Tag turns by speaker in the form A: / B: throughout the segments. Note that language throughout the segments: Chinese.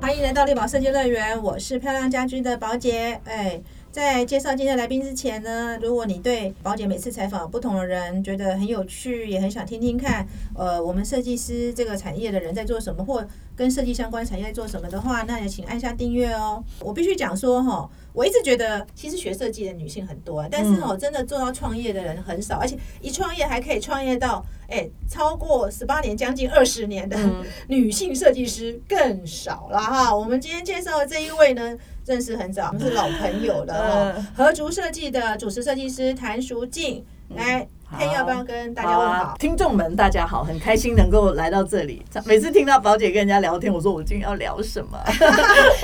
A: 欢迎来到丽宝设计乐园，我是漂亮家居的宝姐。哎，在介绍今天的来宾之前呢，如果你对宝姐每次采访不同的人觉得很有趣，也很想听听看，呃，我们设计师这个产业的人在做什么，或跟设计相关产业在做什么的话，那也请按下订阅哦。我必须讲说哈、我一直觉得其实学设计的女性很多，但是哦，真的做到创业的人很少，而且一创业还可以创业到哎超过十八年，将近二十年的。女性设计师更少了哈。我们今天介绍的这一位呢，认识很早，我们是老朋友了哈。合竹设计的主持设计师谭淑静，来，看要不要跟大家问
B: 好啊
A: 好？
B: 听众们，大家好，很开心能够来到这里。每次听到宝姐跟人家聊天，我说我今天要聊什 么？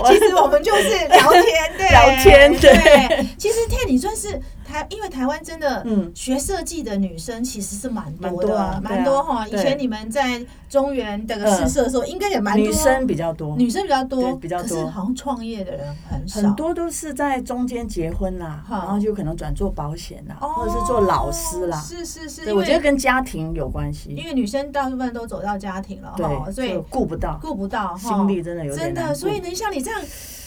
A: 其实我们就是 聊天，对，
B: 聊天对
A: 对。其实 t 你算是台，因为台湾真的，
B: 嗯
A: 学设计的女生其实是蛮多
B: 蛮多
A: 的
B: 啊
A: 啊，
B: 对啊
A: 蛮多哈。以
B: 对
A: 前你们在中原这个试色的时候，应该也蛮多
B: 女生比较多，
A: 女生比较多，
B: 对比较
A: 可是
B: 多
A: 好像创业的人很少，
B: 很多都是在中间结婚啦，
A: 好
B: 然后就可能转做保险啦，
A: 哦
B: 或者是做老师啦。
A: 是是是，
B: 对，
A: 因
B: 我觉得
A: 为
B: 跟家庭有关系
A: 因。为女生大部分都走到家庭了哈，
B: 对，
A: 所以
B: 就顾不到，
A: 顾不到哈，
B: 心力真的有点
A: 真
B: 难
A: 的，
B: 顾
A: 所以呢，像你这样，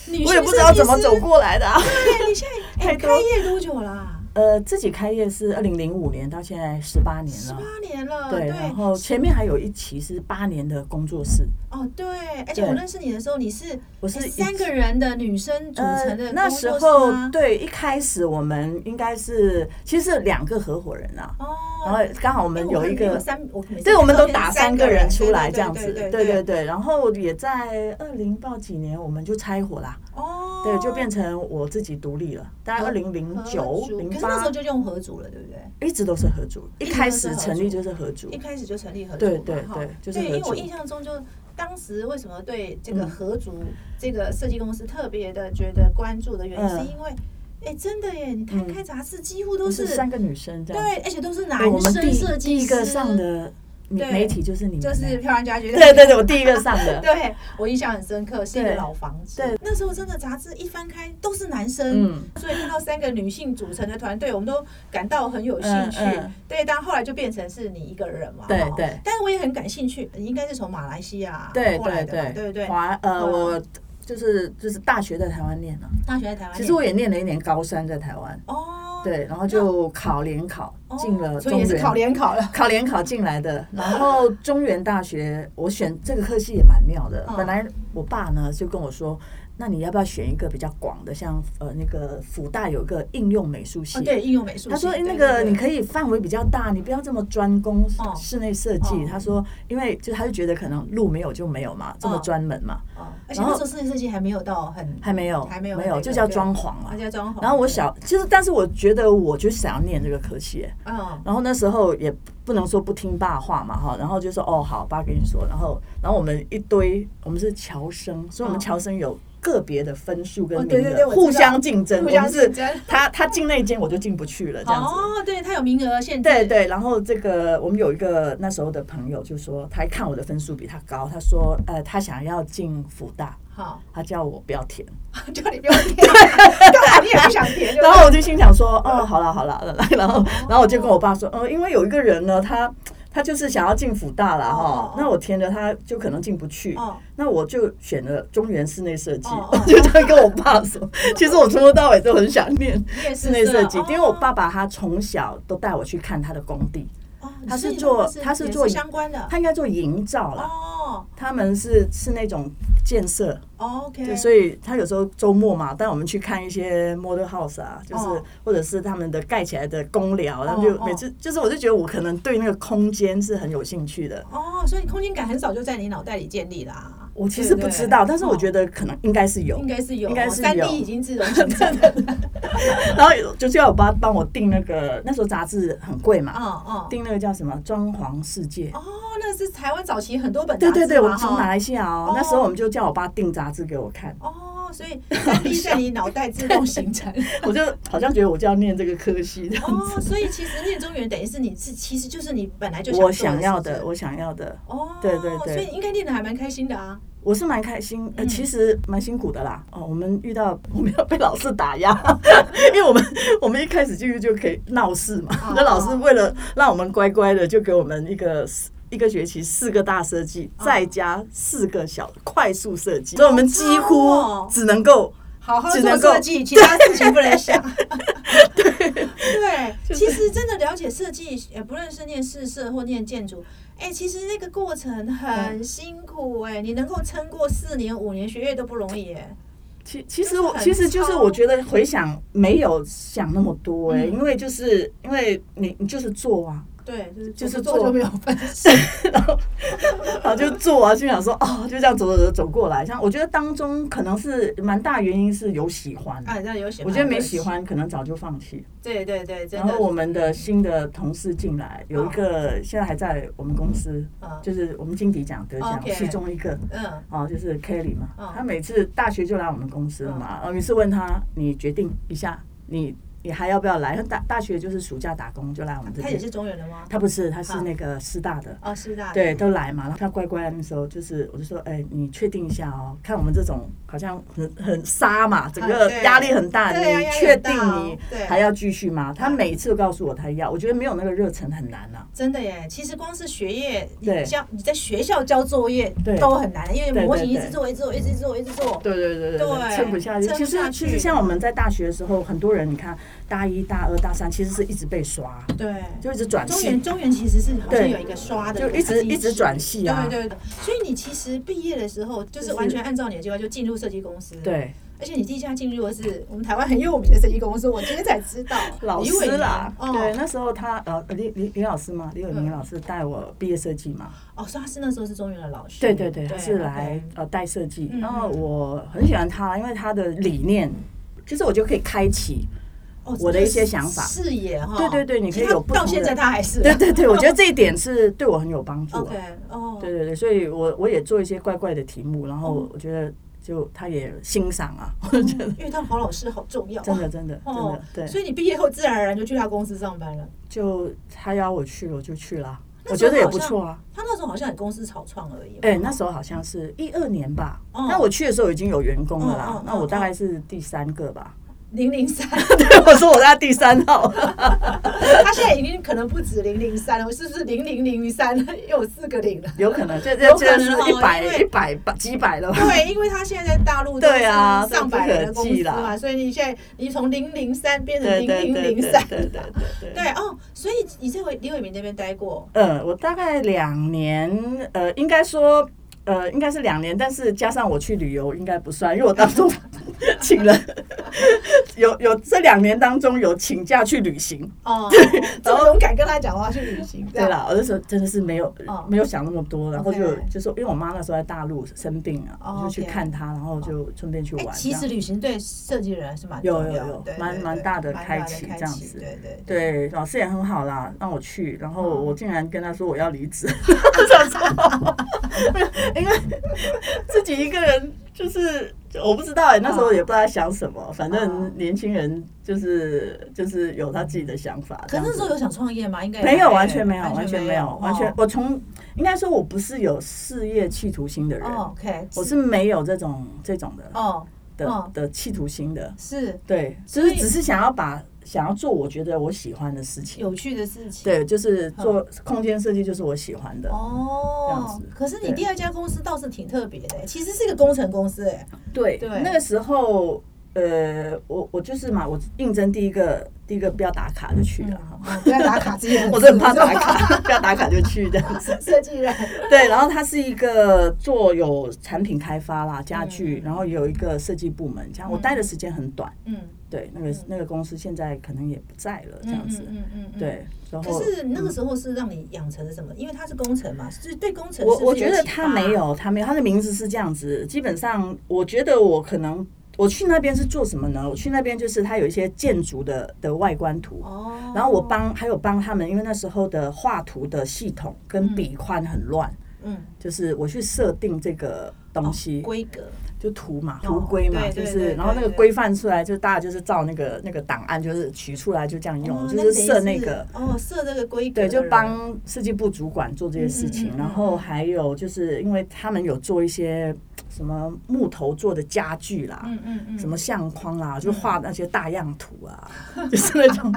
A: 女性
B: 我也不知道怎么走
A: 设计师。
B: 过来的啊。
A: 对，你现在哎
B: 太多
A: 开业多久啊啦？
B: 呃，自己开业是二零零五年到现在十八年
A: 十
B: 了
A: 八。年了，
B: 嗯对，
A: 对
B: 然后前面还有一期是八年的工作室，
A: 哦对，而且
B: 对
A: 我认识你的时候，你是
B: 我是
A: 哎
B: 一
A: 三个人的女生组成的
B: 呃、那
A: 工
B: 时
A: 作室
B: 候
A: 吗
B: 对，一开始我们应该是其实是两个合伙人啊，
A: 哦，
B: 然后刚好我
A: 我
B: 们有一个。
A: 三，我每次
B: 对，我们
A: 看
B: 都
A: 照片
B: 打
A: 是
B: 三
A: 个
B: 个人出来这样子，
A: 对
B: 对
A: 对
B: 对对。然后也在二零报几年，我们就拆伙啦，
A: 哦，
B: 对，就变成我自己独立了。大概二零零
A: 合
B: 九、
A: 组可
B: 零
A: 是那时
B: 八
A: 候，就用合组了，对不对？
B: 一直都是合组，一
A: 一直
B: 开
A: 都是
B: 始
A: 合
B: 成立
A: 组
B: 就是合组
A: 一。开始就成立合族
B: 对
A: 嘛
B: 对
A: 哈
B: 对就是
A: 对，因为
B: 合
A: 我
B: 族
A: 印象中就当时为什么对这个
B: 嗯
A: 合族这个设计公司特别的觉得关注的原因，
B: 嗯
A: 是因为，哎，真的耶，你看
B: 嗯
A: 开杂志几乎都
B: 都
A: 是
B: 是三个女生这样子。
A: 对，而且都是男
B: 对，我们第
A: 生
B: 一
A: 设
B: 第
A: 计
B: 一
A: 师，
B: 个上的媒
A: 对
B: 媒体就是你们
A: 就
B: 欸，
A: 是漂亮家居，
B: 对对对，我第一个上的，
A: 对，我印象很深刻，是一个
B: 对
A: 老房子，
B: 对，
A: 那时候真的杂志一翻开都是男生，
B: 嗯。
A: 所以看到三个女性组成的团队，我们都感到很有兴趣。
B: 嗯嗯
A: 对，但后来就变成是你一个人嘛。
B: 对
A: 哈
B: 对。
A: 但是我也很感兴趣，你应该是从马来西亚
B: 对
A: 过来
B: 对
A: 的嘛，对不对？
B: 华呃，
A: 嗯
B: 我就是就是大学在台湾念了，
A: 大学在台湾念。
B: 其实我也念了一年高三在台湾，
A: 哦，
B: 对，然后就考联考
A: 哦
B: 进了
A: 所以
B: 中
A: 也是考
B: 原。
A: 联考了。
B: 考联考进 来的，然后中原大学，我选这个科系也蛮妙的
A: 嗯。
B: 本来我爸呢就跟我说，那你要不要选一个比较广的，像呃那个辅大有个应用美术系
A: 哦，，对，应用美术系。
B: 他说：“
A: 对
B: 哎，那个你
A: 以
B: 可以范围比较大，你不要这么专攻
A: 哦
B: 室内设计。
A: 哦”
B: 他说：“因为就他就觉得可能路没有就没有嘛，这么
A: 哦
B: 专门嘛，
A: 而且那时候室内设计还没有到很，
B: 还没有，
A: 还没有
B: 没
A: 那
B: 有，
A: 个
B: 就叫
A: 对
B: 装潢嘛
A: 那。叫装潢。
B: 嗯然后我小，其实但是我觉得我就想要念这个科系，哎
A: 对，嗯，
B: 然后那时候也不能说不听爸话嘛哈，然后就说哦好，爸跟你说，然后然后我们一堆我们是侨生，所以我们
A: 哦
B: 侨生有个别的分数跟
A: 哦
B: 名
A: 对对对
B: 额，
A: 我
B: 互
A: 知道
B: 相竞争，
A: 互
B: 我
A: 相
B: 们是
A: 竞争
B: 他他进那一间我就进不去了这样子。
A: 哦，对，它有名额限制。
B: 对对，然后这个我们有一个那时候的朋友就说，他一看我的分数比他高，他说呃他想要进福大，
A: 好，
B: 他叫我不要填，
A: 叫你不要填，干嘛你也不想填？ 对吧
B: 然后我就心想说哦好了好了， 然
A: 哦
B: 后然后我就跟我爸说，哦、因为有一个人呢，他他就是想要进福大了哈、
A: 哦哦哦
B: 那我填了他就可能进不去。
A: 哦
B: 那我就选了中原室内设计，
A: 哦
B: 我
A: 哦
B: 就这样跟我爸说。其实我从头到尾都很想念
A: 你也是
B: 室内设计
A: 哦，
B: 因为我爸爸他从小都带我去看他的工地，
A: 哦
B: 他
A: 所
B: 是
A: 以你
B: 做
A: 爸爸
B: 他是
A: 也
B: 做
A: 相关的
B: 他应该做营造啦。
A: 哦
B: 他们是是那种建设，
A: ，OK，
B: 对，所以他有时候周末嘛，带我们去看一些 model house 啊，就是、
A: 哦
B: 或者是他们的盖起来的公寮，然后
A: 哦
B: 就
A: 哦
B: 每次就是我就觉得我可能对那个空间是很有兴趣的。
A: 哦，所以空间感很早就在你脑袋里建立啦。
B: 我其实不知道，但
A: 哦
B: 是我觉得可能应该是有
A: 应，该是有，
B: 应该是有
A: 三 D 已经自动形成 了。
B: 然后就是要我爸帮我订那个，那时候杂志很贵嘛，
A: 嗯嗯。
B: 订那个叫什么“装潢世界”。
A: 哦，那是台湾早期很多本杂
B: 对
A: 志
B: 对对，
A: 嘛
B: 我们从马
A: 哈
B: 来西亚哦
A: 哦，
B: 那时候我们就叫我爸订杂志给我看，
A: 哦，所以三 D 在你脑袋自动形 成。
B: 我就好像觉得我就要念这个科系这样子。
A: 哦，所以其实念中原等于是你自，其实就是你本 来就
B: 我
A: 想
B: 想
A: 做
B: 要
A: 事
B: 的，
A: 情。
B: 我想要的，
A: 哦，
B: 对对对
A: 所以你应该念的还蛮开心的啊。
B: 我是蛮开心，呃，
A: 嗯
B: 其实蛮辛苦的啦。哦，我们遇到 我们要被老师打 压，因为我们我们一开始进去就可以闹事嘛
A: 哦，
B: 那老师为了让我们乖乖的，就给我们一个一个学期四个大设计，再加四个小快速设
A: 哦
B: 计，所以我们几乎只能够
A: 好好
B: 只
A: 做
B: 能够
A: 设计，其他事情不能 想。对，对，其实真的了解设计，也不论是念试社或念建筑，哎、其实那个过程很辛苦哎、你能够撑过四年五年学业都不容易哎、
B: 其其
A: 就是
B: 实我
A: 很
B: 其实就是
A: 超
B: 我觉得回想没有想那么多哎、
A: 嗯
B: 因为就是因为你你就是做啊，
A: 对，就是
B: 就是
A: 不
B: 做
A: 就没有分数。
B: 然后就做啊，就想说哦，就这样走走走走过来。像我觉得当中可能是蛮大原因是有喜欢，
A: 啊，这样有喜欢，
B: 我觉得没喜。欢可能早就放弃。
A: 对对对，真
B: 然
A: 的哦
B: 后。我们的新的同事进来，有一个现在还在我们公司，
A: 嗯
B: 就是我们金迪奖得奖
A: 哦 OK
B: 其中一个。
A: 嗯
B: 哦，就是 Kelly 嘛
A: 嗯，
B: 他每次大学就来我们公
A: 哦
B: 司了嘛。呃，每次问他，你决定一下，你你还要不要来？他大大学就是暑假打工就来我们这
A: 他也
B: 边。
A: 是中原人吗？
B: 他不是，他是
A: 嗯
B: 那个师大的，
A: 哦，师大的。
B: 对，都来嘛。然后他乖乖那时候就是，我就说，哎，你确定一下哦，看我们这种好像很很杀嘛，整
A: 啊
B: 个
A: 对
B: 压力很大，
A: 对啊
B: 你
A: 压力
B: 确
A: 很
B: 定
A: 大哦
B: 你
A: 对
B: 还要继续吗？他
A: 嗯
B: 每次都告诉我他要，我觉得没有那个热忱很难啊。
A: 真的耶，其实光是学业，你
B: 对
A: 交你在学校交作业
B: 对
A: 都很难，因为
B: 对
A: 模
B: 对
A: 型一直
B: 对
A: 做，一直做，一直做，一直做。
B: 对对对
A: 对
B: 撑不下去。
A: 撑不
B: 其
A: 下
B: 实
A: 去
B: 其实像我们在大学的时候，很多人你看大一、大二、大三，其实是一直被刷，
A: 对，
B: 就一直转
A: 中
B: 系
A: 原，中原其实是好像
B: 对
A: 有一个刷的
B: 就
A: 那个
B: 一直
A: 机制
B: 一直转系啊。
A: 对对对，所以你其实毕业的时候，就是
B: 就是
A: 完全按照你的计划就进入设计公司。，
B: 对。
A: 而且你第一家进入的是我们台湾很有名的设计公司，我今天才知道
B: 老
A: 李伟
B: 师
A: 宁
B: 啦，对，
A: 哦
B: 那时候他呃李李李老师嘛，李伟
A: 嗯
B: 明老师带我毕业设计嘛，
A: 哦，所以他是那时候是中原的老师。
B: 对对对，他是来
A: OK
B: 呃带设计，
A: 嗯
B: 然后我很喜欢他，因为他的理念，其实我就可以开启
A: 哦
B: 我的一些想法
A: 视野哈。
B: 对对对你
A: 其
B: 可以
A: 实他
B: 有不
A: 到
B: 同
A: 现
B: 的
A: 在他还是啊
B: 对对 对，我觉得这一点是对我很有帮助、啊。
A: OK 哦，嗯
B: 对对对，所以我我也做一些怪怪的题目，然后我觉得就他也欣赏啊，我觉得
A: 因为他好老师好重要。
B: 真的真的真
A: 哦
B: 的，对，
A: 所以你毕业后自然而然就去他公司上班了。
B: 就他邀我去我就去啦，
A: 那
B: 我
A: 时候哦
B: 觉得也
A: 好
B: 不
A: 像
B: 错啊。
A: 他那时候好像很公司草创而已。
B: 哎，那时候好像是一二年吧，
A: 哦
B: 那我去的时候已经有员工了
A: 哦哦
B: 啦
A: 哦，
B: 那我大概是第三个 吧。
A: 零零三，
B: 对，我说我在第三号，
A: 他现在已经可能不止零零三了，我是不是零零零三 了？又有四个零 了。
B: 有可能这
A: 有
B: 这
A: 可
B: 这
A: 能
B: 是
A: 哦
B: 一百
A: 因为
B: 一百百几百了吧。
A: 对，因为他现在在大陆都是
B: 对啊
A: 上百人的公司
B: 这不可
A: 嘛，所以你现在你从零零三变成
B: 对
A: 零
B: 对
A: 零
B: 对
A: 零
B: 对
A: 三，
B: 对对对对。
A: 对哦，所以你在李伟民那边待过，
B: 呃，我大概两年，呃，应该说，呃，应该是两年，但是加上我去旅游，应该不算，因为我当中 请了 有有这两年当中有请假去旅行。
A: 哦，怎么勇敢跟他讲话去旅行？
B: 对，啦，我那时候真的是没有、
A: 哦
B: 没有想那么多，然后就
A: OK
B: 就说，因为我妈那时候在大陆生病啊，
A: 哦
B: 我就去
A: OK
B: 看她，然后就顺便去
A: 哎
B: 玩，。
A: 其
B: 这
A: 实
B: 样
A: 旅行对设计人是蛮
B: 有
A: 重
B: 有
A: 要
B: 有
A: 对
B: 蛮
A: 对
B: 蛮
A: 对
B: 大的
A: 蛮
B: 开
A: 大
B: 启
A: 开
B: 这样
A: 启
B: 子
A: 对对。
B: 对，老师也很好啦，让我去，然后
A: 哦
B: 我竟然跟他说我要离职。因为自己一个人就是我不知道哎、那时候也不知道在想什么，反
A: 啊
B: 正年轻人就是就是有他自己的想法。
A: 可是那时
B: 这
A: 候
B: 样子
A: 有想创业吗？应该也
B: 没有，完全没有，完
A: 完
B: 全没
A: 没
B: 有，完全
A: 哦
B: 我从应该说我不是有事业企图心的人，
A: 哦 OK，
B: 我是没有这种这种的
A: 哦
B: 的
A: 哦
B: 的企图心的，
A: 是
B: 对，就
A: 所
B: 是
A: 以
B: 只是想要把想要做我觉得我喜欢的事情，
A: 有趣的事情。
B: 对，就是做空间设计就是我喜欢的，这样
A: 哦
B: 子，
A: 可是你
B: 对
A: 第二家公司倒是挺特别的，其实是一个工程公司哎。
B: 对，
A: 对
B: 那个时候，呃，我我就是嘛，我应征第一个第一个不要打卡就去了哈。
A: 哦不要打卡之前
B: 我真的很怕打 卡，不要打卡就去这样子。
A: 设计人。
B: 对，然后它是一个做有产品开发啦、家具，
A: 嗯
B: 然后有一个设计部门，这样我待的时间很短。
A: 嗯，
B: 对，那个那个公司现在可能也不在了，
A: 嗯
B: 这样
A: 嗯
B: 子。
A: 嗯嗯嗯。
B: 对，然后嗯
A: 可是那个时候是让你养成了什么？因为它是工程嘛，就是对工程
B: 我
A: 是不
B: 我
A: 是
B: 觉得
A: 启
B: 他
A: 发
B: 没有，他没有，他的名字是这样子。基本上，我觉得我可能我去那边是做什么呢？我去那边就是他有一些建筑的的外观图，
A: 哦。
B: 然后我帮还有帮他们，因为那时候的画图的系统跟笔宽很乱，
A: 嗯
B: 就是我去设定这个东西，
A: 规格
B: 就图嘛，
A: 哦
B: 图规嘛，
A: 对
B: 就
A: 对
B: 是
A: 对
B: 然后那个
A: 对对
B: 规范出来，就大家就是照那个那个档案，就是取出来就这样用，
A: 哦
B: 就是
A: 等于
B: 设那个。
A: 哦设这个规格的
B: 对，
A: 人，
B: 就帮设计部主管做这些事情，
A: 嗯嗯嗯嗯
B: 然后还有就是因为他们有做一些什么木头做的家具啦，
A: 嗯嗯嗯，
B: 什么相框啦，就画那些大样图 啊，就是那种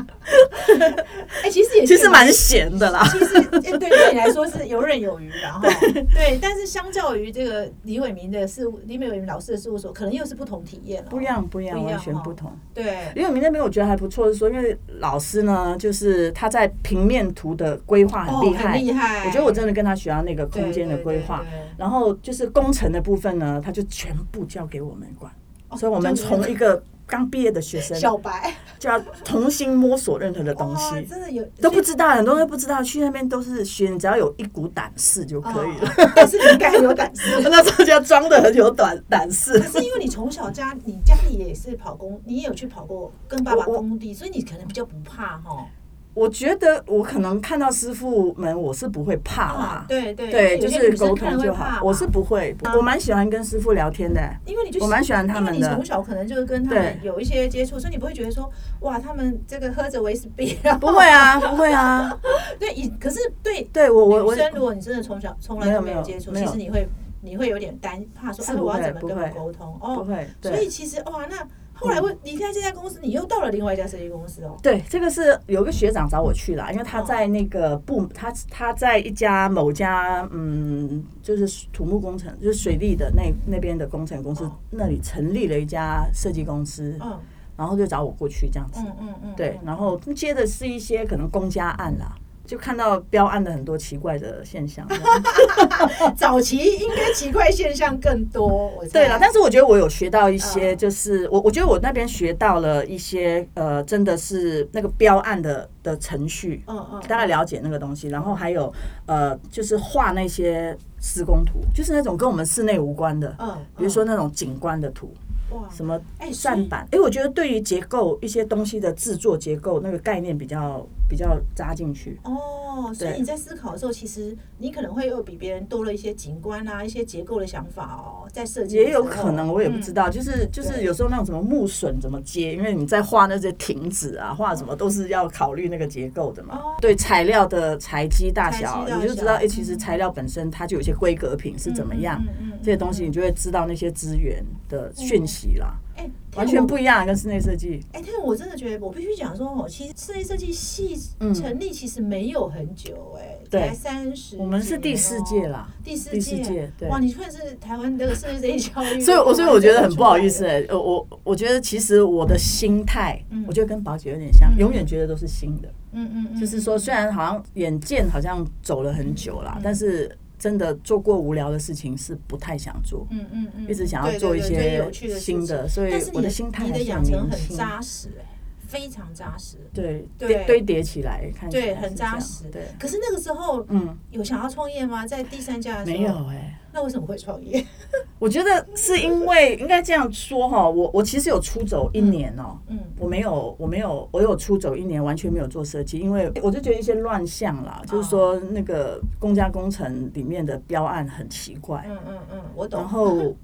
A: 哎、其实也
B: 其实蛮闲的啦。
A: 其实哎对对你来说是游刃有余的哈。 对，但是相较于这个李伟民的事务，李伟民老师的事务所，可能又是不同体验了。
B: 不一。样，不一样，
A: 不一样
B: 完全
A: 哦
B: 不同。
A: 对，
B: 因为我们那边我觉得还不错，是说因为老师呢，就是他在平面图的规划很厉
A: 哦
B: 害，
A: 厉害。
B: 我觉得我真的跟他学到那个空间的规划
A: 对。对对对
B: 然后就是工程的部分呢，他就全部交给我们管，
A: 哦
B: 所以我们
A: 就你们
B: 从一个刚毕业的学生，
A: 小哦白
B: 就要重新摸索任何的东
A: 哇
B: 西。
A: 真的有
B: 都不知道，很多人都不知道，去那边都是学，你只要有一股胆识就可以了。
A: 了。但是你应该很有胆识。
B: 那时候就要装的很有胆胆识
A: 可。是因为你从小家，你家里也是跑工，你也有去跑过跟爸爸
B: 我我
A: 工地，所以你可能比较不怕哈。
B: 我觉得我可能看到师傅们，我是不会怕啦。
A: 对对
B: 对，就
A: 有些
B: 是
A: 女生
B: 沟
A: 看
B: 通
A: 了会
B: 就
A: 怕哦
B: 好。
A: 嘛
B: 我是不会，我蛮喜欢跟师傅聊天的、
A: 因为你就
B: 我蛮喜欢他们的
A: 因为你从小可能就是跟他们有一些接触，所以你不会觉得说哇，他们这个喝着威士忌，然
B: 不
A: 后
B: 会啊，不会啊。
A: 对，以可是对
B: 对我我我
A: 女，生，如果你真的从小从来
B: 没
A: 都
B: 有
A: 没有
B: 没有
A: 接触，
B: 没
A: 其
B: 有
A: 实你会你会有点担怕说，
B: 是
A: 哎，
B: 不
A: 我要
B: 会
A: 怎么
B: 不
A: 跟
B: 会
A: 他沟通？
B: 不
A: 哦，
B: 会。
A: 所
B: 对
A: 以其实哇，那后来会离开这家公司，你又到了另外一家设计公司哦。
B: 对，这个是有个学长找我去啦，因为他在那个部，他他在一家某家嗯，就是土木工程，就是水利的那那边的工程公司
A: 哦
B: 那里成立了一家设计公司，
A: 嗯
B: 然后就找我过去这样子。
A: 嗯嗯嗯，
B: 对，
A: 嗯
B: 然后接的是一些可能公家案啦，就看到标案的很多奇怪的现象。
A: 哦早期应该奇怪现象更多，我猜
B: 对了，但是我觉得我有学到一些，
A: 嗯
B: 就是我我觉得我那边学到了一些，呃，真的是那个标案的的程序，
A: 嗯嗯，
B: 大概了解那个东西，然后还有呃，就是画那些施工图，就是那种跟我们室内无关的，
A: 嗯，
B: 比如说那种景观的图，
A: 哇，
B: 什么
A: 哎
B: 扇板，哎，我觉得对于结构一些东西的制作结构那个概念比较比较扎进去。
A: 哦，所以
B: 对
A: 你在思考的时候，其实你可能会又比别人多了一些景观啊、一些结构的想法哦，在设计的
B: 也有
A: 时候
B: 可能，我也不知。道，就是就是
A: 对
B: 有时候那种什么木笋怎么接，因为你在画那些亭子啊，画什么都是要考虑那个结构的嘛。
A: 哦
B: 对材料的材基大
A: 材，
B: 小
A: 基大小
B: 你就知道，哎、
A: 嗯
B: 其实材料本身它就有一些规格品是怎么样，
A: 嗯嗯嗯嗯嗯
B: 这些东西你就会知道那些资源的讯息啦，
A: 哎，
B: 完全不
A: 但我。
B: 一样啊，跟室内设计。
A: 哎，但是我真的觉得，我必须讲说哦，其实设计设计系
B: 嗯
A: 成立其实没有很久，哎，
B: 对
A: 才三十。
B: 我们是第四届，啦，
A: 第哦四
B: 第四届对
A: 哇，你算是台湾的设计设计教育，
B: 所以我所以我觉得很不好意思、
A: 哎。
B: 哎，呃，我我觉得其实我的心态，
A: 嗯
B: 我觉得跟宝姐有点像，
A: 嗯
B: 永远觉得都是新的。
A: 嗯嗯嗯，
B: 就是说，虽然好像眼见好像走了很久
A: 嗯
B: 啦，但是真的做过无聊的事情是不太想做，
A: 嗯嗯嗯，
B: 一直想要
A: 对
B: 做
A: 对
B: 一
A: 对
B: 些
A: 最有趣的事
B: 新的
A: 情
B: 所以
A: 但是你
B: 我的心态
A: 你
B: 还
A: 的
B: 是
A: 养
B: 很
A: 成
B: 年
A: 很
B: 轻
A: 扎实、哎，非常扎实，
B: 对，
A: 对
B: 堆堆叠起来看起来
A: 对，
B: 是
A: 很
B: 这样
A: 扎实。
B: 对，
A: 可是那个时候
B: 嗯，
A: 有想要创业吗？在第三家的时候
B: 没有，哎、
A: 那为什么会创业？
B: 我觉得是因为应该这样说哈，我我其实有出走一年哦、
A: 嗯，
B: 我没有，我没有，我有出走一年，完全没有做设计，因为我就觉得一些乱象啦，就是说
A: 哦
B: 那个公家工程里面的标案很奇怪，
A: 嗯嗯嗯，我
B: 然
A: 懂。
B: 后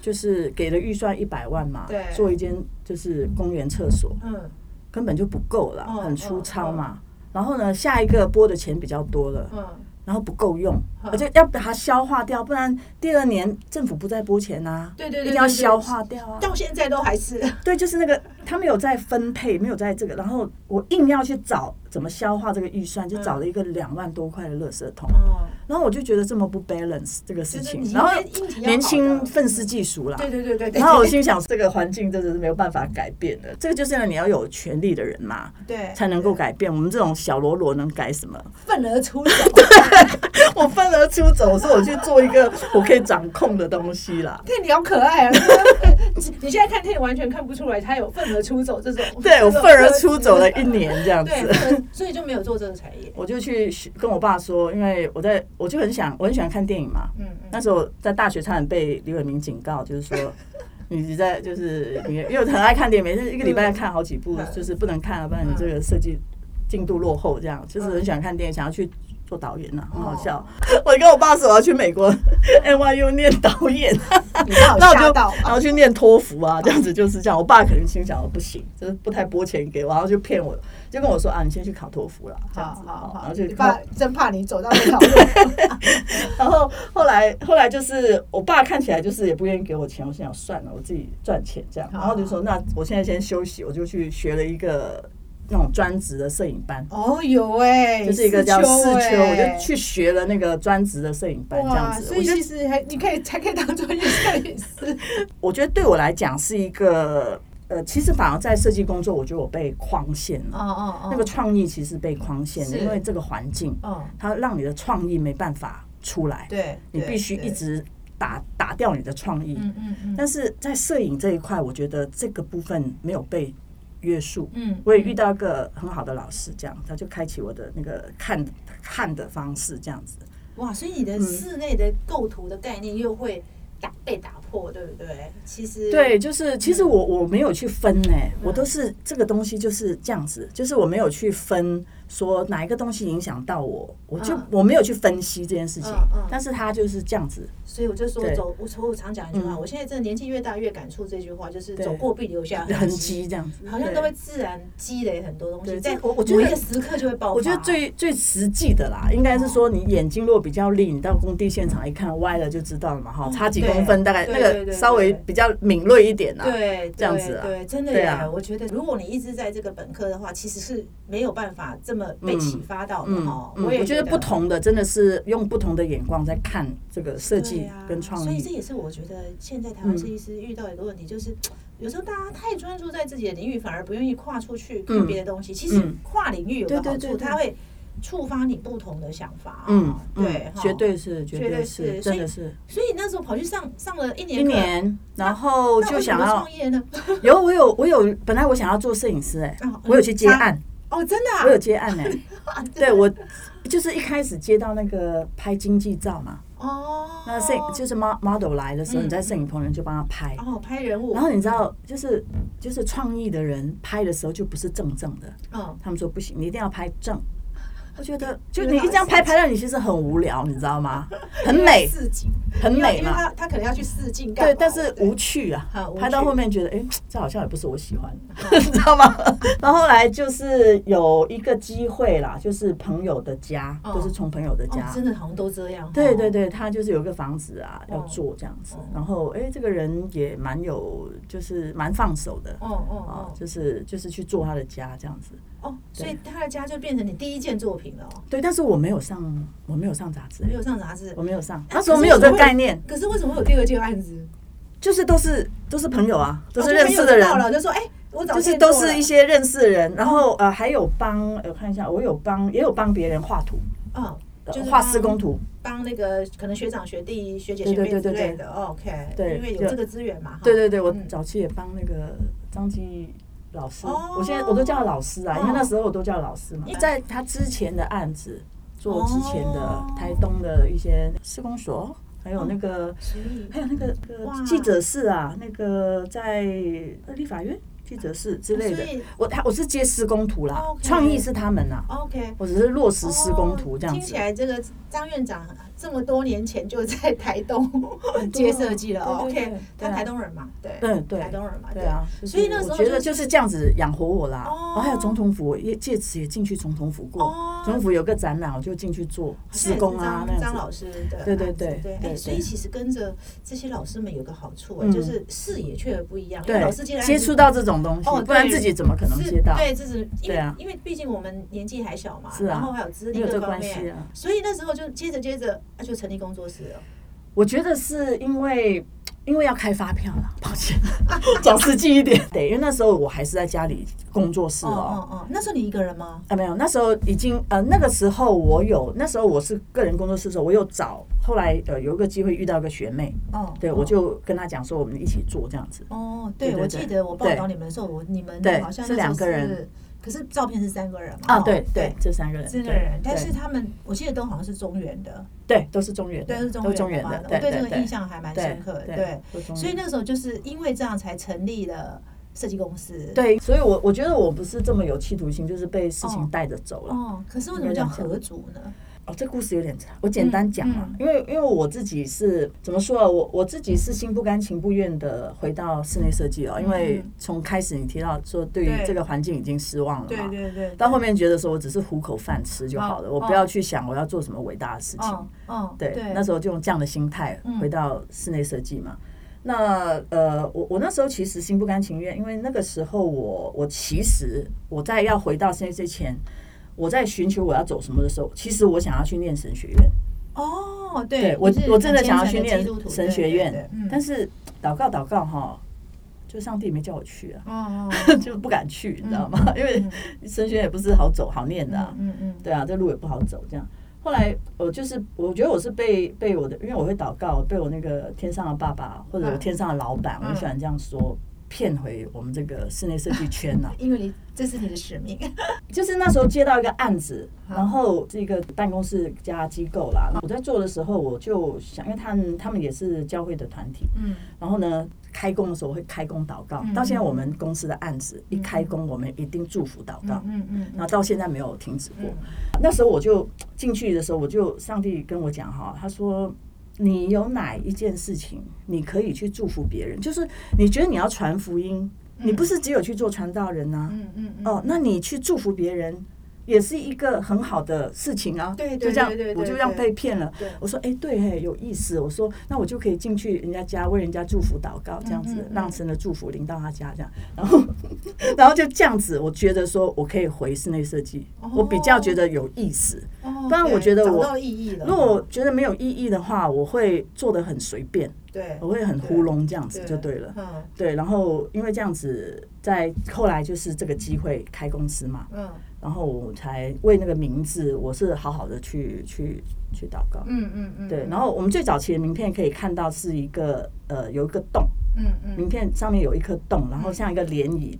B: 就是给了预算一百万嘛
A: 对，
B: 做一间就是公园厕所，
A: 嗯
B: 根本就不够了，
A: 嗯
B: 很粗糙嘛。然后呢，下一个拨的钱比较多了，
A: 嗯，
B: 然后不够用，
A: 嗯
B: 而且要把它消化掉，不然第二年政府不再拨钱啊，
A: 对对对
B: 一定要
A: 对对
B: 消化掉啊。
A: 到现在都还是
B: 对，就是那个他没有在分配，没有在这个，然后我硬要去找怎么消化这个预算，
A: 嗯
B: 就找了一个两万多块的垃圾桶，
A: 哦，
B: 然后我就觉得这么不 balance 这个事
A: 就是
B: 情
A: 你，应
B: 然后
A: 该硬体要
B: 年
A: 好
B: 轻
A: 的
B: 愤世嫉俗啦，
A: 对对对对对。
B: 然后我心想，这个环境真的是没有办法改变的。这个就是你要有权力的人嘛，
A: 对
B: 才能够改变。我们这种小喽啰能改什么？
A: 愤而出走。
B: 我愤而出走，说我去做一个我可以掌控的东西啦。
A: 对，你好可爱啊！ 你现在看天，完全看不出来他有愤而出走这种。
B: 对我
A: 这种
B: 愤而出走了一年这样子。
A: 对，愤而所以就没有做这个产业。
B: 我就去学跟我爸说，因为我在我就很想，我很喜欢看电影嘛。
A: 嗯嗯，
B: 那时候在大学差点被李伟民警告，就是说 你在就是你，因为我很爱看电影，每次一个礼拜看好几部
A: 嗯，
B: 就是不能看了，不然你这个设计进度落后，这样就是很喜欢看电影，想要去做导演了、
C: 嗯
B: 很
C: 哦
B: 好笑。 我跟我爸说我要去美国 NYU 念导演，啊
C: 你把我
B: 那我
C: 吓
B: 就
C: 到。啊
B: 然后去念托福啊，这样子就是这样。我爸可能心想，我不行，就是不太拨钱给我，然后就骗我，就跟我说啊，你先去考托福啦，这样
C: 好
B: 子。
C: 好
B: 然
C: 好，
B: 后就
C: 你爸真怕你走到那条 路。
B: 然后后来后来就是我爸看起来就是也不愿意给我钱，我心想算了，我自己赚钱这样。
C: 好
B: 然后就说那我现在先休息，我就去学了一个那种专职的摄影班。
C: 哦，有哎，
B: 就是一个叫四
C: 欸
B: 秋，我就去学了那个专职的摄影班，这样
C: 哇，
B: 子。
C: 所
B: 我
C: 以
B: 觉得
C: 其实还你可以才可以当专业摄影 师。
B: 我觉得对我来讲是一个呃，其实反而在设计工作，我觉得我被框限
C: 哦
B: 了，
C: 哦哦，
B: 那个创意其实被框限了，
C: 是
B: 因为这个环境
C: 哦，
B: 它让你的创意没办法出来，
C: 对，
B: 你
C: 对
B: 必须一，
C: 对
B: 直打打掉你的创意。
C: 嗯嗯嗯，
B: 但是在摄影这一块，我觉得这个部分没有被约束。
C: 嗯，
B: 我也遇到一个很好的老师，这样他就开启我的那个看看的方式，这样子。
A: 哇，所以你的
B: 嗯
A: 室内的构图的概念又会打被打破，对不对？其实
B: 对，就是其实我我没有去分呢、我都是这个东西就是这样子，就是我没有去分说哪一个东西影响到我，我就
A: 嗯
B: 我没有去分析这件事情
A: 嗯嗯，
B: 但是他就是这样子，
A: 所以我就说
B: 对
A: 走，我从我常讲一句话，
B: 嗯
A: 我现在真的年纪越大越感触这句话，就是
B: 对
A: 走过必留下
B: 痕
A: 迹，
B: 迹这样子，
A: 好像
B: 对
A: 都会自然积累很多东西，
B: 对
A: 在
B: 这
A: 某
B: 我觉得
A: 一个时刻就会爆发。
B: 我觉得最最实际的啦，应该是说你眼睛如果比较利，你到工地现场一看歪了就知道了嘛，哈，差几
A: 嗯对
B: 公分大概
A: 对
B: 那
A: 对
B: 个
A: 对
B: 稍微
A: 对
B: 比较敏锐一点啦。
A: 对
B: 这样子啊
A: 对，对真的
B: 对
A: 耶、
B: 啊
A: 我觉得如果你一直在这个本科的话，其实是没有办法这么被启发到的
B: 嗯
A: 哈、，
B: 嗯
A: 哦我也
B: 我觉得不同的真的是用不同的眼光在看这个设计跟创
A: 对啊所以这
B: 意，
A: 也是我觉得现在台湾设计师遇到一个问题，就是有时候大家太专注在自己的领域，反而不愿意跨出去看别的东西。其实
B: 嗯
A: 跨领域有个好
B: 对对
A: 处，
B: 对对
A: 它会触发你不同的想法。
B: 嗯，嗯
A: 哦对，哈
B: 绝。对是，绝
A: 绝
B: 对
A: 对
B: 是，
A: 是
B: 真的
A: 所以
B: 是
A: 所以那时候跑去上上了一
B: 一
A: 年课，
B: 年，然后
A: 那
B: 就
A: 为什
B: 想
A: 么
B: 要
A: 创业呢？
B: 有我有我有，本来我想要做摄影师，哎
A: 哦，
B: 我有去接案，
A: 哦，真的、啊，啊
B: 我有接案哎，
A: 哇
B: 对我就是一开始接到那个拍经济照嘛。
A: 哦，
B: 那摄影就是 mo- model 来的时候，
A: 嗯
B: 你在摄影棚人就帮他拍。
A: 哦拍人物，
B: 然后你知道，就是就是创意的人拍的时候就不是正正的，
A: 嗯，
B: 他们说不行，你一定要拍正。我觉得，就
A: 因
B: 你
A: 为
B: 一
A: 它
B: 这样拍拍到你其实很无聊，你知道 吗？很美，
A: 市井
B: 很
A: 因为
B: 美
A: 因为
B: 嘛。
A: 他他可能要去试镜干嘛的，
B: 对，但是
A: 对
B: 无趣啊
A: 好无，
B: 拍到
A: 趣
B: 后面觉得，哎，这好像也不是我喜欢 的，你知道吗？然后后来就是有一个机会啦，就是朋友的家，
A: 哦
B: 都是从朋友的家
A: 哦，真的好像都这样，
B: 对
A: 哦
B: 对对，他就是有个房子啊，要做这样子
A: 哦。
B: 然后哎、这个人也蛮有，就是蛮放手的
A: 哦哦
B: 啊
A: 哦，
B: 就是就是去做他的家这样子。
A: 哦，所以他的家就变成你第一件作品了、哦，
B: 对，但是我没有上，我没有上杂志、
A: 没
B: 哎
A: 有上杂志
B: 我。没有上，
A: 哎
B: 那时候没有这个概念，
A: 可是为什么会有第二件案子？
B: 就是都是都是朋友啊，都
A: 哦
B: 是
A: 就
B: 认
A: 朋友
B: 识的
A: 知
B: 人
A: 道，了就说哎、我找
B: 就是
A: 件做
B: 都
A: 了嗯
B: 是一些认识的人。然后呃，还有帮，呃我看一下，我有帮，也有帮别人画图，
A: 嗯，
B: 呃
A: 就是
B: 画
A: 帮
B: 施工图。
A: 帮那个可能学长学弟学姐
B: 对
A: 学
B: 对
A: 妹之
B: 对对
A: 类的。OK，哦
B: 对
A: 因为
B: 就
A: 有这个资源嘛。哈
B: 对，对对，我
A: 嗯
B: 早期也帮那个张继老师，
A: 哦
B: 我现在我都叫他老师啊，因为那时候我都叫他老师嘛哎
A: 嗯。
B: 在他之前的案子，做之前的
A: 哦
B: 台东的一些施工所，还有那个
A: 所以
B: 还有那个那
A: 哇
B: 个记者室啊，那个在立法院记者室之类
A: 所以
B: 的。我他我是接施工图啦，
A: OK
B: 创意是他们呐，
A: OK。哦
B: 我只是落实施工图这样
A: 听
B: 子哦
A: 起。来这个张院长这么多年前就在台东接设计了哦
B: 对对对
A: OK，他
B: 对啊
A: 台东人嘛，对，
B: 对对
A: 台东人嘛，
B: 对啊，
A: 所以那
B: 就是
A: 时候
B: 我觉得
A: 就
B: 就是这样子养活我啦。
A: 哦
B: 哦，还有总统府，我也借此也进去总统府过
A: 哦。
B: 总统府有个展览，我就进去做施工啊
A: 好像
B: 那
A: 也是张张
B: 样
A: 老
B: 子。
A: 师的
B: 对对
A: 案子
B: 对
A: 对，
B: 对
A: 哎，所以
B: 对
A: 其实跟着这些老师们有个好处
B: 嗯
A: 哎，就是视野却不一样，因为
B: 对
A: 老师接的，案
B: 接
A: 子
B: 触到这种东
A: 哦
B: 西，
A: 对
B: 不然自己怎么可能接到？
A: 是对，这是因
B: 对
A: 为、
B: 啊
A: 因为毕竟我们年纪还小嘛，
B: 是啊
A: 然后还有资
B: 没
A: 历
B: 有这
A: 各
B: 个
A: 方
B: 关系
A: 面，
B: 啊。
A: 所以那时候就接着接着啊就成立工作室了。
B: 我觉得是因为。因为要开发票了，抱歉， 讲实际一点。对，因为那时候我还是在家里工作室哦，
A: 哦哦，那时候你一个人吗？
B: 啊，没有，那时候已经呃，那个时候我有，那时候我是个人工作室的时候，我有找，后来呃有一个机会遇到一个学妹，
A: 哦，
B: 对
A: 哦
B: 我。就跟她讲说我们一起做这样子，
A: 哦，对，
B: 对对
A: 我记得我报道你们的时候，我你们
B: 对
A: 好像
B: 是
A: 那时候
B: 两个人
A: 是，可是照片是三个人嘛？
B: 啊，
A: 哦
B: 对对，，这三个人，
A: 三个
B: 对
A: 人，但是
B: 对
A: 他们我记得都好像是中原的，
B: 对都是中原的，
A: 对，是
B: 都是中
A: 原
B: 原
A: 的
B: 的
A: 嘛，，
B: 对
A: 我对这
B: 对
A: 个印象还蛮
B: 对
A: 深刻的，
B: 对
A: 对，，
B: 都中
A: 所以
B: 原
A: 那时候就是因为这样才成立了
C: 设计公司。
B: 对，所以我我觉得我不是这么有企图心，就是被事情带着走了。
C: 哦，
A: 可是为什么叫合组呢？
B: 哦，这故事有点长，我简单讲嘛，
C: 嗯
B: 因为因为我自己是怎么说啊？我我自己是心不甘情不愿的回到室内设计哦，因为
C: 嗯
B: 从开始你提到说对于
C: 对
B: 这个环境已经失望了
C: 对
B: 嘛，
C: 对对，
B: 到后面觉得说我只是糊口饭吃就好了，
C: 哦
B: 我不要去想我要做什么伟大的事情。
C: 哦哦，
B: 对，
C: 对，
B: 那时候就用这样的心态
C: 嗯
B: 回到室内设计嘛。那呃，我我那时候其实心不甘情愿，因为那个时候我我其实我在要回到室内之前，我在寻求我要走什么的时候，其实我想要去念神学院。
C: 哦，
B: 对
C: 对
B: 我
C: 你是
B: 我真的
C: 很
B: 想要
C: 虔
B: 去
C: 诚的
B: 念
C: 基督徒
B: 神
C: 对
B: 学
C: 对
B: 院
C: 对嗯，
B: 但是祷告祷告哈，就上帝没叫我去啊，
C: 哦，
B: 就不敢去，你知道吗？因为神学院也不是好走好念的、啊，
C: 嗯嗯，
B: 对啊，这路也不好走。这样，后来我就是，我觉得我是被被我的，因为我会祷告，被我那个天上的爸爸或者我
C: 嗯
B: 天上的老板，我很喜欢这样说，骗回我们这个室内设计圈呐、
C: 因为你这是你的使命，
B: 就是那时候接到一个案子，
C: 好
B: 然后这个办公室加机构啦，我在做的时候，我就想，因为他们他们也是教会的团体，
C: 嗯，
B: 然后呢，开工的时候会开工祷告
C: 嗯，
B: 到现在我们公司的案子一开工，我们一定祝福祷告。
C: 嗯嗯
B: 然
C: 嗯
B: 后到现在没有停止过
C: 嗯。
B: 那时候我就进去的时候，我就上帝跟我讲哈，他说你有哪一件事情你可以去祝福别人？就是你觉得你要传福音，你不是只有去做传道人呐、
C: 嗯嗯嗯，
B: 哦，那你去祝福别人。也是一个很好的事情啊，
C: 对对
B: 就这样
C: 对对，对
B: 我就这样被骗了
C: 对。
B: 我说，哎，对，嘿，有意思。我说，那我就可以进去人家家为人家祝福祷告，这样
C: 嗯
B: 子
C: 嗯嗯
B: 让神的祝福临到他家，这样。然后，然后就这样子，我觉得说我可以回室内设计，我比较觉得有意思。
C: 哦
B: 不然我
C: 对
B: 觉得
C: 找
B: 我
C: 到意义了，
B: 如果我觉得没有意义的话，我会做的很随便，
C: 对，
B: 我会很糊弄这样子就对了。
C: 嗯
B: 对，然后因为这样子，在后来就是这个机会开公司嘛，
C: 嗯
B: 然后我才为那个名字，我是好好的去去去祷告。
C: 嗯嗯嗯，
B: 对，然后我们最早期的名片可以看到是一个呃有一个洞，
C: 嗯嗯
B: 名片上面有一颗洞，然后像一个涟漪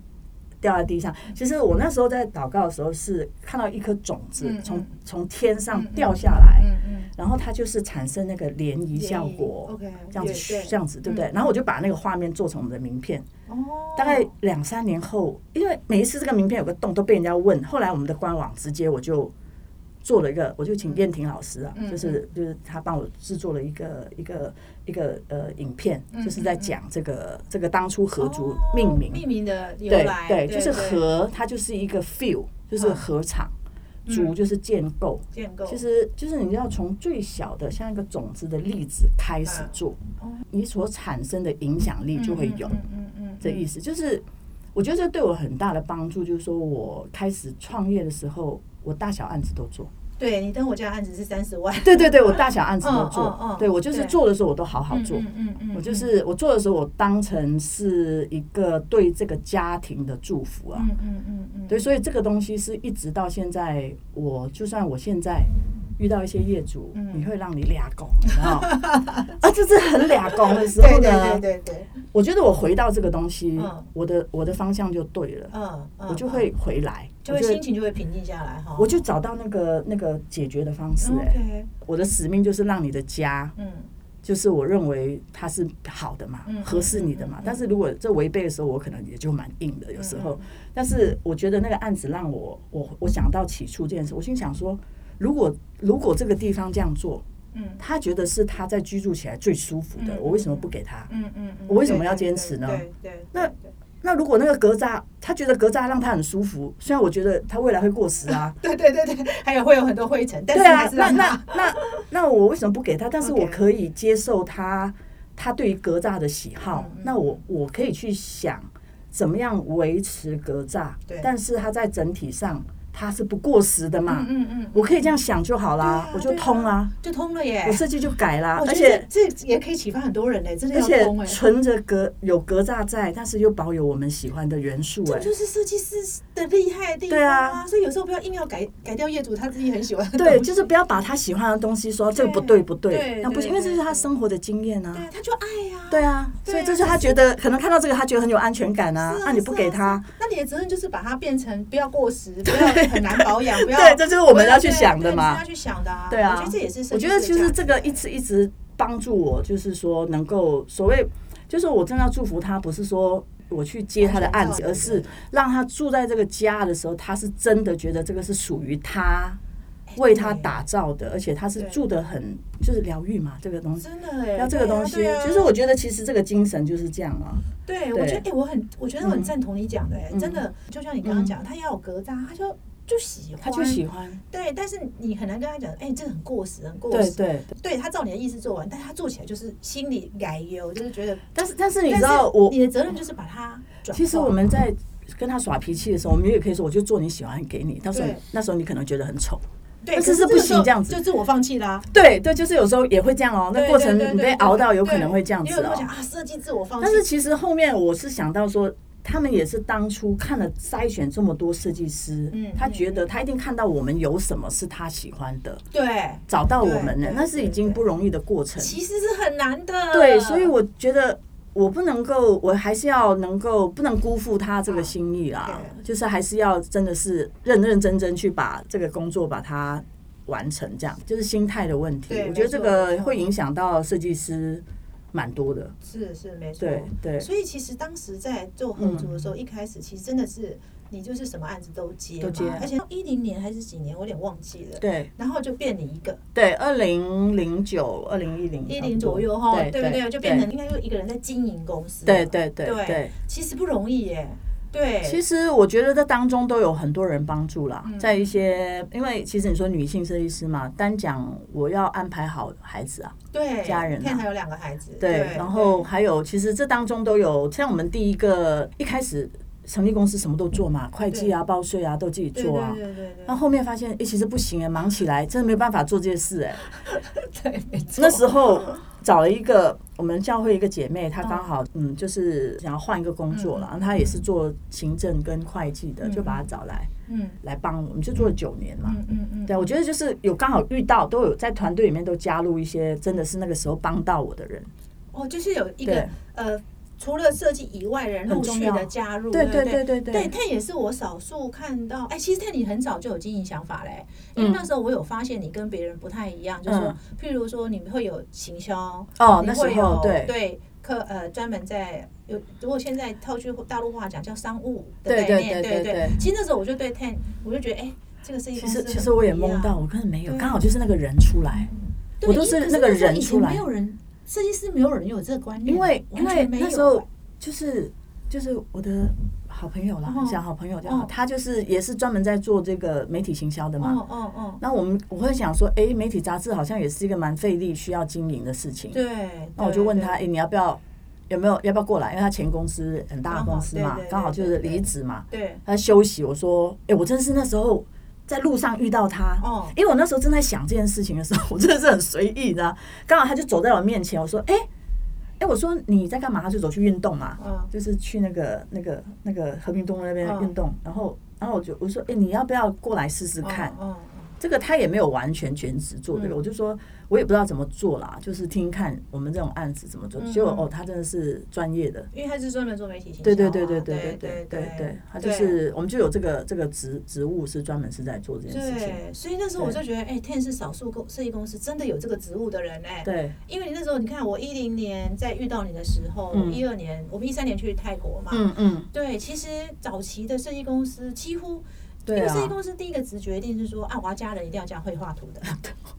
B: 掉在地上。其实我那时候在祷告的时候是看到一颗种子
C: 嗯嗯
B: 从从天上掉下来，
C: 嗯嗯，
B: 然后它就是产生那个涟漪效果，
C: OK，
B: 这样子
C: 对
B: 这样子对不对
C: 嗯？
B: 然后我就把那个画面做成我们的名片。
C: 哦，
B: 大概两三年后，因为每一次这个名片有个洞都被人家问，后来我们的官网直接我就做了一个，我就请燕婷老师啊，
C: 嗯
B: 就是就是他帮我制作了一个一个一个呃影片，
C: 嗯
B: 就是在讲这个这个当初合族
C: 哦
B: 命名，
C: 命名的由
B: 对
C: 来，
B: 对，就是合它就是一个 feel，就是合场，
C: 嗯
B: 族就是建构，
A: 建构
B: 其实就是你要从最小的像一个种子的粒子开始做
C: 嗯哦，
B: 你所产生的影响力就会有。
C: 嗯嗯嗯，
B: 这意
C: 思，
B: 思，就是我觉得这对我很大的帮助，就是说我开始创业的时候，我大小案子都做。
C: 对你跟我家案子是三十万，
B: 对对对，我大小案子都做。
C: 嗯嗯嗯
B: 对我就是
C: 对
B: 做的时候我都好好做。
C: 嗯嗯嗯，
B: 我就是我做的时候，我当成是一个对这个家庭的祝福啊。
C: 嗯嗯嗯嗯，
B: 对，所以这个东西是一直到现在，我就算我现在遇到一些业主，
C: 嗯
B: 你会让你俩拱，你知道吗 啊，就是很俩拱的时候
C: 对对对
B: 呢，
C: 对对，
B: 我觉得我回到这个东西，
C: 嗯
B: 我的我的方向就对了。
C: 嗯，
B: 我就会回来，
A: 就
B: 我
A: 会心情就会平静下来哈。
B: 我就找到那个那个解决的方
C: 嗯
B: 式、哎、
C: OK，
B: 我的使命就是让你的家，
C: 嗯
B: 就是我认为它是好的嘛，
C: 嗯
B: 合适你的
C: 嗯
B: 嘛。
C: 嗯嗯嗯
B: 但是如果这违背的时候，我可能也就蛮硬的，有时候。但是我觉得那个案子让我我我想到起初这件事，我心想说，如果如果这个地方这样做，
C: 嗯
B: 他觉得是他在居住起来最舒服的，
C: 嗯嗯
B: 我为什么不给他？
C: 嗯嗯嗯，
B: 我为什么要坚持呢
C: 对对，
B: 那那如果那个格栅，他觉得格栅让他很舒服，虽然我觉得他未来会过时啊，
C: 对对对对，还有会有很多灰尘，但是
B: 对
C: 还
B: 啊，
C: 是
B: 那
C: 让它
B: 那那那我为什么不给他？但是
C: OK
B: 我可以接受他他对于格栅的喜好，
C: 嗯嗯
B: 那我我可以去想怎么样维持格栅
C: 对，
B: 但是它在整体上它是不过时的嘛，
C: 嗯嗯
B: 我可以这样想就好啦，
C: 对啊啊
B: 我就通啦，
A: 就通了耶
B: 我。设计就改啦，
A: 我
B: 而
A: 觉得
B: 且。
A: 这这也可以启发很多人呢，真的
B: 而
A: 要
B: 且
C: 欸
A: 通哎。
B: 存着格有格栅在，但是又保有我们喜欢的元素、
A: 这
B: 哎，
A: 就是设计师的厉害的地方
B: 对
A: 啊！
B: 啊
A: 所以有时候不要硬要改改掉业主他自己很喜欢的东西。
B: 对，啊就是不要把他喜欢的东西说这个不
C: 对
B: 对不对
C: 对，
B: 那不
C: 对
B: 行，因为这是
C: 对
B: 他
C: 对
B: 生活的经验啊。
A: 对，他就爱呀、
B: 对啊，
A: 对啊
B: 所以这就是他觉得可能看到这个，他觉得很有安全感啊。
A: 是啊
B: 那你不给他，
A: 那你的责任就是把它变成不要过时，不要很难保 养，不要
B: 对，这就是我们要去想的
A: 对
B: 嘛
A: 对。对你是要去想的啊。
B: 对啊
A: 我觉得这也是设计师
B: 我
A: 的
B: 觉得其实这个
A: 价值
B: 一直一直帮助我，就是说能够所谓，就是我真的要祝福他，不是说我去接他的案子，而是
A: 哎
B: 让他住在这个家的时候，他是真的觉得这个是属于他。
A: 欸
B: 为他打造的，而且他是住的很，就是疗愈嘛，这个东西。
A: 真的哎，
B: 要这个东西
A: 对啊对，啊
B: 其实我觉得其实这个精神就是这样啊。
A: 对，
B: 对
A: 我觉得哎，我很我觉得很赞同你讲的哎，
B: 嗯
A: 真的，就像你刚刚讲，他要有格栅，他就就喜欢，啊
B: 他就喜欢，
A: 对，但是你很难跟他讲，哎，这个很过时，很过
B: 对
A: 时。
B: 对。
A: 对他照你的意思做完，但他做起来就是心里改忧，就是觉得。
B: 但是但是你
A: 但
B: 知
A: 是
B: 道我，
A: 你的责任就是把它转化。
B: 其实我们在跟他耍脾气的时候，我们也可以说，我就做你喜欢给你。到时候
A: 对
B: 那时候你可能觉得很丑，
A: 对，
B: 但
A: 可
B: 是是
A: 这
B: 不
A: 个
B: 行
A: 时候
B: 这样子
A: 就自我放弃啦、
B: 对对，就是有时候也会这样哦。那
A: 对
B: 过程
A: 对对
B: 你被
A: 对
B: 熬到，
A: 对
B: 有可能会这样
A: 因
B: 子
A: 为我想
B: 哦。
A: 啊，设计自我放弃，
B: 但是其实后面我是想到说。他们也是当初看了筛选这么多设计师，
A: 嗯
B: 他
A: 嗯
B: 觉得他一定看到我们有什么是他喜欢的，
A: 对，
B: 找到我们了
A: 对，
B: 那是已经不容易的过程。
A: 其实是很难的。
B: 对，所以我觉得我不能够，我还是要能够，不能辜负他这个心意啦
A: 啊。
B: 就是还是要真的是认认真真去把这个工作把它完成，这样就是心态的问题
A: 对。
B: 我觉得这个
A: 没错
B: 会影响到设计师蛮多的。
A: 是是没错。
B: 对对，嗯
A: 所以其实当时在做合组的时候，一开始其实真的是你就是什么案子都接嘛，
B: 都接
A: 而且一零年还是几年，我有点忘记了。
B: 对
A: 然后就变你一个
B: 对，二零零九、二零一零
A: 一零左右哈，对不对？就变成应该就一个人在经营公司。
B: 对对对
A: 对
B: 对。
A: 其实不容易耶。对，
B: 其实我觉得这当中都有很多人帮助啦，
A: 嗯
B: 在一些因为其实你说女性设计师嘛，单讲我要安排好孩子啊，
A: 对
B: 家人啊
A: 看他有两个孩子，
B: 对，然后还有其实这当中都有，像我们第一个一开始成立公司什么都做嘛，会计啊、报税啊都自己
A: 对
B: 做啊。
A: 对对对对
B: 然后后面发现，哎、其实不行哎、忙起来真的没有办法做这些事 哎、
A: 对，对没错。
B: 那时候 找了一个我们教会一个姐妹，她刚好嗯，就是想要换一个工
A: 嗯
B: 作了，然后她也是做行政跟会计的，就把她找来。
A: 嗯
B: 来帮我们，就做了九年嘛。
A: 嗯嗯嗯，
B: 对，我觉得就是有刚好遇到，都有在团队里面都加入一些真的是那个时候帮到我的人。
A: 哦，就是有一个
B: 对
A: 呃，除了设计以外，人
B: 很
A: 陆
B: 重
A: 续
B: 要
A: 的加入，
B: 对
A: 不
B: 对
A: 对
B: 对对对
A: 对，但也是我少数看到，哎，其实但你很早就有经营想法嘞，因为
B: 嗯
A: 那时候我有发现你跟别人不太一样，就是说譬如说你们会有行销，
B: 哦，
A: 你
B: 那时
A: 会
B: 候
A: 有
B: 对
A: 对。课呃，专门在有，如果现在套句大陆话讲，叫商务的
B: 对
A: 概
B: 对
A: 念，
B: 对对
A: 对
B: 对。
A: 其实那时候我就对 Ten，我就觉得，哎，这个设计
B: 其
A: 公司
B: 实其
A: 很
B: 实我也
A: 不一
B: 懵
A: 样
B: 到，我根本没有，
A: 对
B: 刚好就是那个人出来，
A: 对
B: 我都
A: 因
B: 是
A: 可
B: 那个
A: 时候
B: 人
A: 以前
B: 出来
A: 没有人设计师没有人有这个观念，
B: 因为因
A: 完全
B: 为
A: 没
B: 那时
A: 有
B: 候
A: 哎
B: 就是就是我的好朋友啦
A: 哦，
B: 小好朋友就好
A: 哦，
B: 他就是也是专门在做这个媒体行销的嘛。
A: 哦哦哦，
B: 那我们我会想说，哎，媒体杂志好像也是一个蛮费力、需要经营的事情。
A: 对。
B: 那我就问他，哎、
A: 对
B: 你要不要有没有要不要过来？因为他前公司很大的公司
A: 刚好
B: 嘛
A: 对对，对
B: 刚好就是
A: 对对
B: 离职嘛，
A: 对，
B: 他休息。我说，哎、我真是那时候在路上遇到他，
A: 哦
B: 因为我那时候正在想这件事情的时候，我真的是很随意的啊、刚好他就走在我面前，我说，哎、哎、我说你在干嘛？他就走去运动嘛，
A: 嗯
B: 就是去那个那个那个和平东路那边
A: 嗯
B: 运动。然后，然后我就我说，哎、你要不要过来试试看？
A: 嗯
B: 这个他也没有完全全职做这个，
A: 嗯
B: 我就说我也不知道怎么做啦，就是听看我们这种案子怎么做。
A: 嗯
B: 结果
A: 嗯
B: 哦，他真的是专业的，
A: 因为他是专门做媒体形象
B: 对
A: 嘛，
B: 对对对对
A: 哦对
B: 对对对对，他就
A: 对
B: 是我们就有这个这个职职务是专门是在做这件事情。
A: 对，所以那时候我就觉得，哎，Ten 是少数公设计公司真的有这个职务的人哎，
B: 对，
A: 因为你那时候你看，我一零年在遇到你的时候，
B: 嗯
A: 一二年我们一三年去泰国嘛，
B: 嗯嗯，
A: 对，其实早期的设计公司几乎。因
B: 对
A: 为
B: 啊
A: 设计，公司第一个直觉一定是说啊，我要家人一定要讲会画图 的，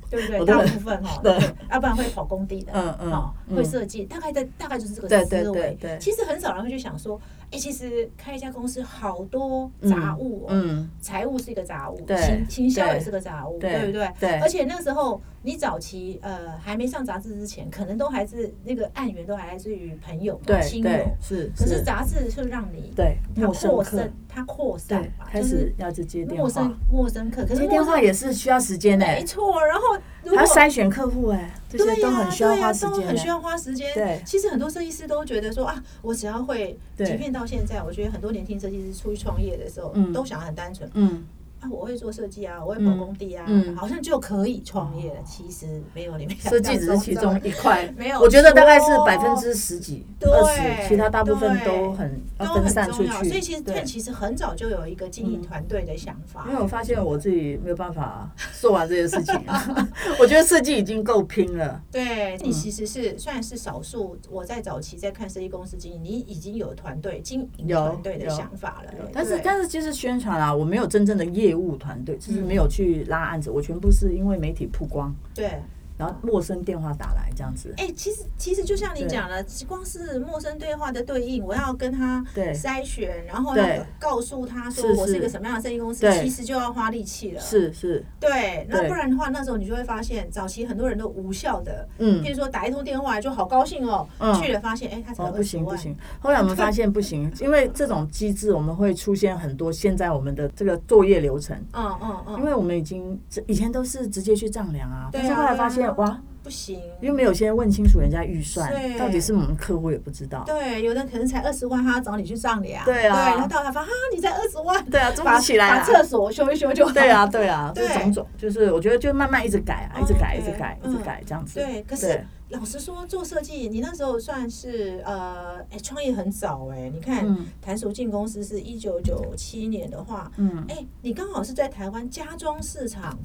A: 对不对？
B: 我都
A: 大
B: 会
A: 部分哈，
B: 对
A: 对，要不然会跑工地的，
B: 嗯嗯
A: 哦，
B: 嗯
A: 会设计，大概在大概就是这个
B: 对
A: 思
B: 对
A: 维。
B: 对对
A: 其实很少人会去想说，哎，其实开一家公司好多杂物哦，
B: 嗯，
A: 财务是一个杂物，
B: 对
A: 行行销
B: 对
A: 也是个杂物，
B: 对
A: 对不对？
B: 对
A: 而且那时候你早期呃还没上杂志之前，可能都还是那个案源都还来自于朋友嘛、
B: 对
A: 亲友
B: 对，是
A: 可是
B: 是，
A: 杂志就让你
B: 对
A: 它
B: 陌生
A: 扩
B: 客
A: 散，，它扩散
B: 对，
A: 嘛，
B: 开
A: 就是
B: 始要去接电
A: 陌生
B: 话，
A: 陌生客，可是
B: 接
A: 陌
B: 电话
A: 生
B: 也是需要时间呢，
A: 没错。然后如果
B: 还要筛选客户哎，这
A: 对
B: 些
A: 呀
B: 都很需要
A: 对呀
B: 花时
A: 都
B: 间
A: 很需
B: 欸。
A: 要花时间。
B: 对
A: 其实很多设计师都觉得说啊，我只要会，
B: 对
A: 即便到现在，我觉得很多年轻设计师出去创业的时候，
B: 嗯
A: 都想得很单纯，
B: 嗯，
A: 啊，我会做设计啊，我会跑工地啊，
B: 嗯嗯
A: 好像就可以创业了。其实没有，你们
B: 设计只是其中一块，
A: 没有
B: 我觉得大概是
A: 错
B: 百分之十几、
A: 对
B: 二十，其他大部分都
A: 对
B: 很
A: 都
B: 要
A: 很
B: 分散出
A: 重要。
B: 去。
A: 所以其实
B: 对嗯
A: 但其实很早就有一个经营团队的想法
B: 因。为我发现我自己没有办法做完这些事情、 啊，我觉得设计已经够拼了。
A: 对
B: 嗯
A: 你其实是算是少数，我在早期在看设计公司经营，你已经有团队经营
B: 有
A: 团队的
B: 有
A: 想法了。
B: 但是
A: 对
B: 但是就是宣传啊，我没有真正的业务团队，就是没有去拉案子，我全部是因为媒体曝光，
A: 对。
B: 然后陌生电话打来这样子。
A: 哎、其实其实就像你
B: 对
A: 讲了，光是陌生对话的对应，我要跟他
B: 对
A: 筛选，然后
B: 对
A: 要告诉他说
B: 是
A: 我是一
B: 是
A: 个什么样的设计公司，
B: 对
A: 其实就要花力气了。，
B: 是是，
A: 对，那
B: 对
A: 不然的话，那时候你就会发现，早期很多人都无效的，
B: 嗯
A: 譬如说打一通电话就好高兴哦，
B: 嗯
A: 去了发现哎、他才
B: 哦，不行
A: 20
B: 不
A: 万
B: 行。后来我们发现 不行，因为这种机制我们会出现很多现在我们的这个作业流程，
A: 嗯嗯
B: 因
A: 嗯，
B: 为我们已经以前都是直接去丈量啊，
A: 对
B: 但
A: 啊
B: 是后来发现
A: 对啊
B: 哇，
A: 不行，
B: 因为没有先问清楚人家预算
A: 对
B: 到底是我们客户也不知道。
A: 对，有的可能才二十万，他要找你去丈量，
B: 对啊
A: 对，然后到他发哈，你才二十万，
B: 对啊，抓起来
A: 把
B: 啊！
A: 厕所修一修就好。
B: 对 啊，对啊，这
A: 对
B: 种种就是我觉得就慢慢一直改啊，一直改，
A: 哦
B: 一直
A: 对
B: 改，一
A: 嗯
B: 直改这样子。
A: 对可是老实说，做设计，你那时候算是呃，哎、创业很早哎、你看，
B: 嗯
A: 谭淑静公司是一九九七年的话，
B: 嗯，
A: 哎、你刚好是在台湾家装市场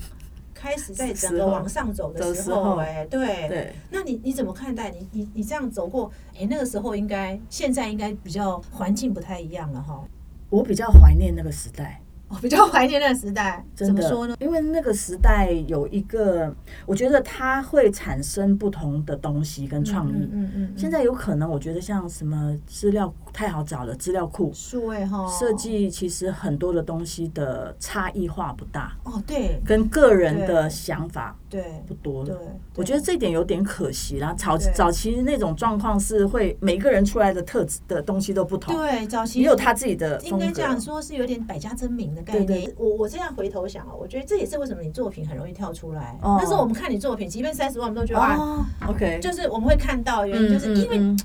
A: 开始在整
B: 时
A: 个
B: 候
A: 往上走
B: 的
A: 的时
B: 时候
A: 候哎、对。
B: 嗯对，
A: 那你你怎么看待你你你这样走过？哎、那个时候应该现在应该比较环境不太一样了哈。
B: 我比较怀念那个时代。
A: 我比较怀念那个时代，
B: 真
A: 怎么
B: 的
A: 说呢？？
B: 因为那个时代有一个，我觉得它会产生不同的东西跟创意。
A: 嗯嗯嗯，嗯
B: 现在有可能，我觉得像什么资料太好找了，资料库
A: 数位哈
B: 设计其实很多的东西的差异化不大，
A: 哦，对
B: 跟个人的
A: 对
B: 想法
A: 对
B: 不多
A: 对
B: 了。，我觉得这点有点可惜啦。早
A: 对
B: 早期那种状况是会每个人出来的特质的东西都不同，
A: 对早期
B: 也有他自己的
A: 应
B: 风
A: 该这样
B: 格。哦
A: 说，是有点百家争鸣的概念。
B: 对
A: 我我这样回头想哦，我觉得这也是为什么你作品很容易跳出来。
B: 哦
A: 那时候我们看你作品，即便三十万，我们都觉得、哇，
B: 哦，OK，
A: 就是我们会看到，原因
B: 嗯
A: 就是因为
B: 嗯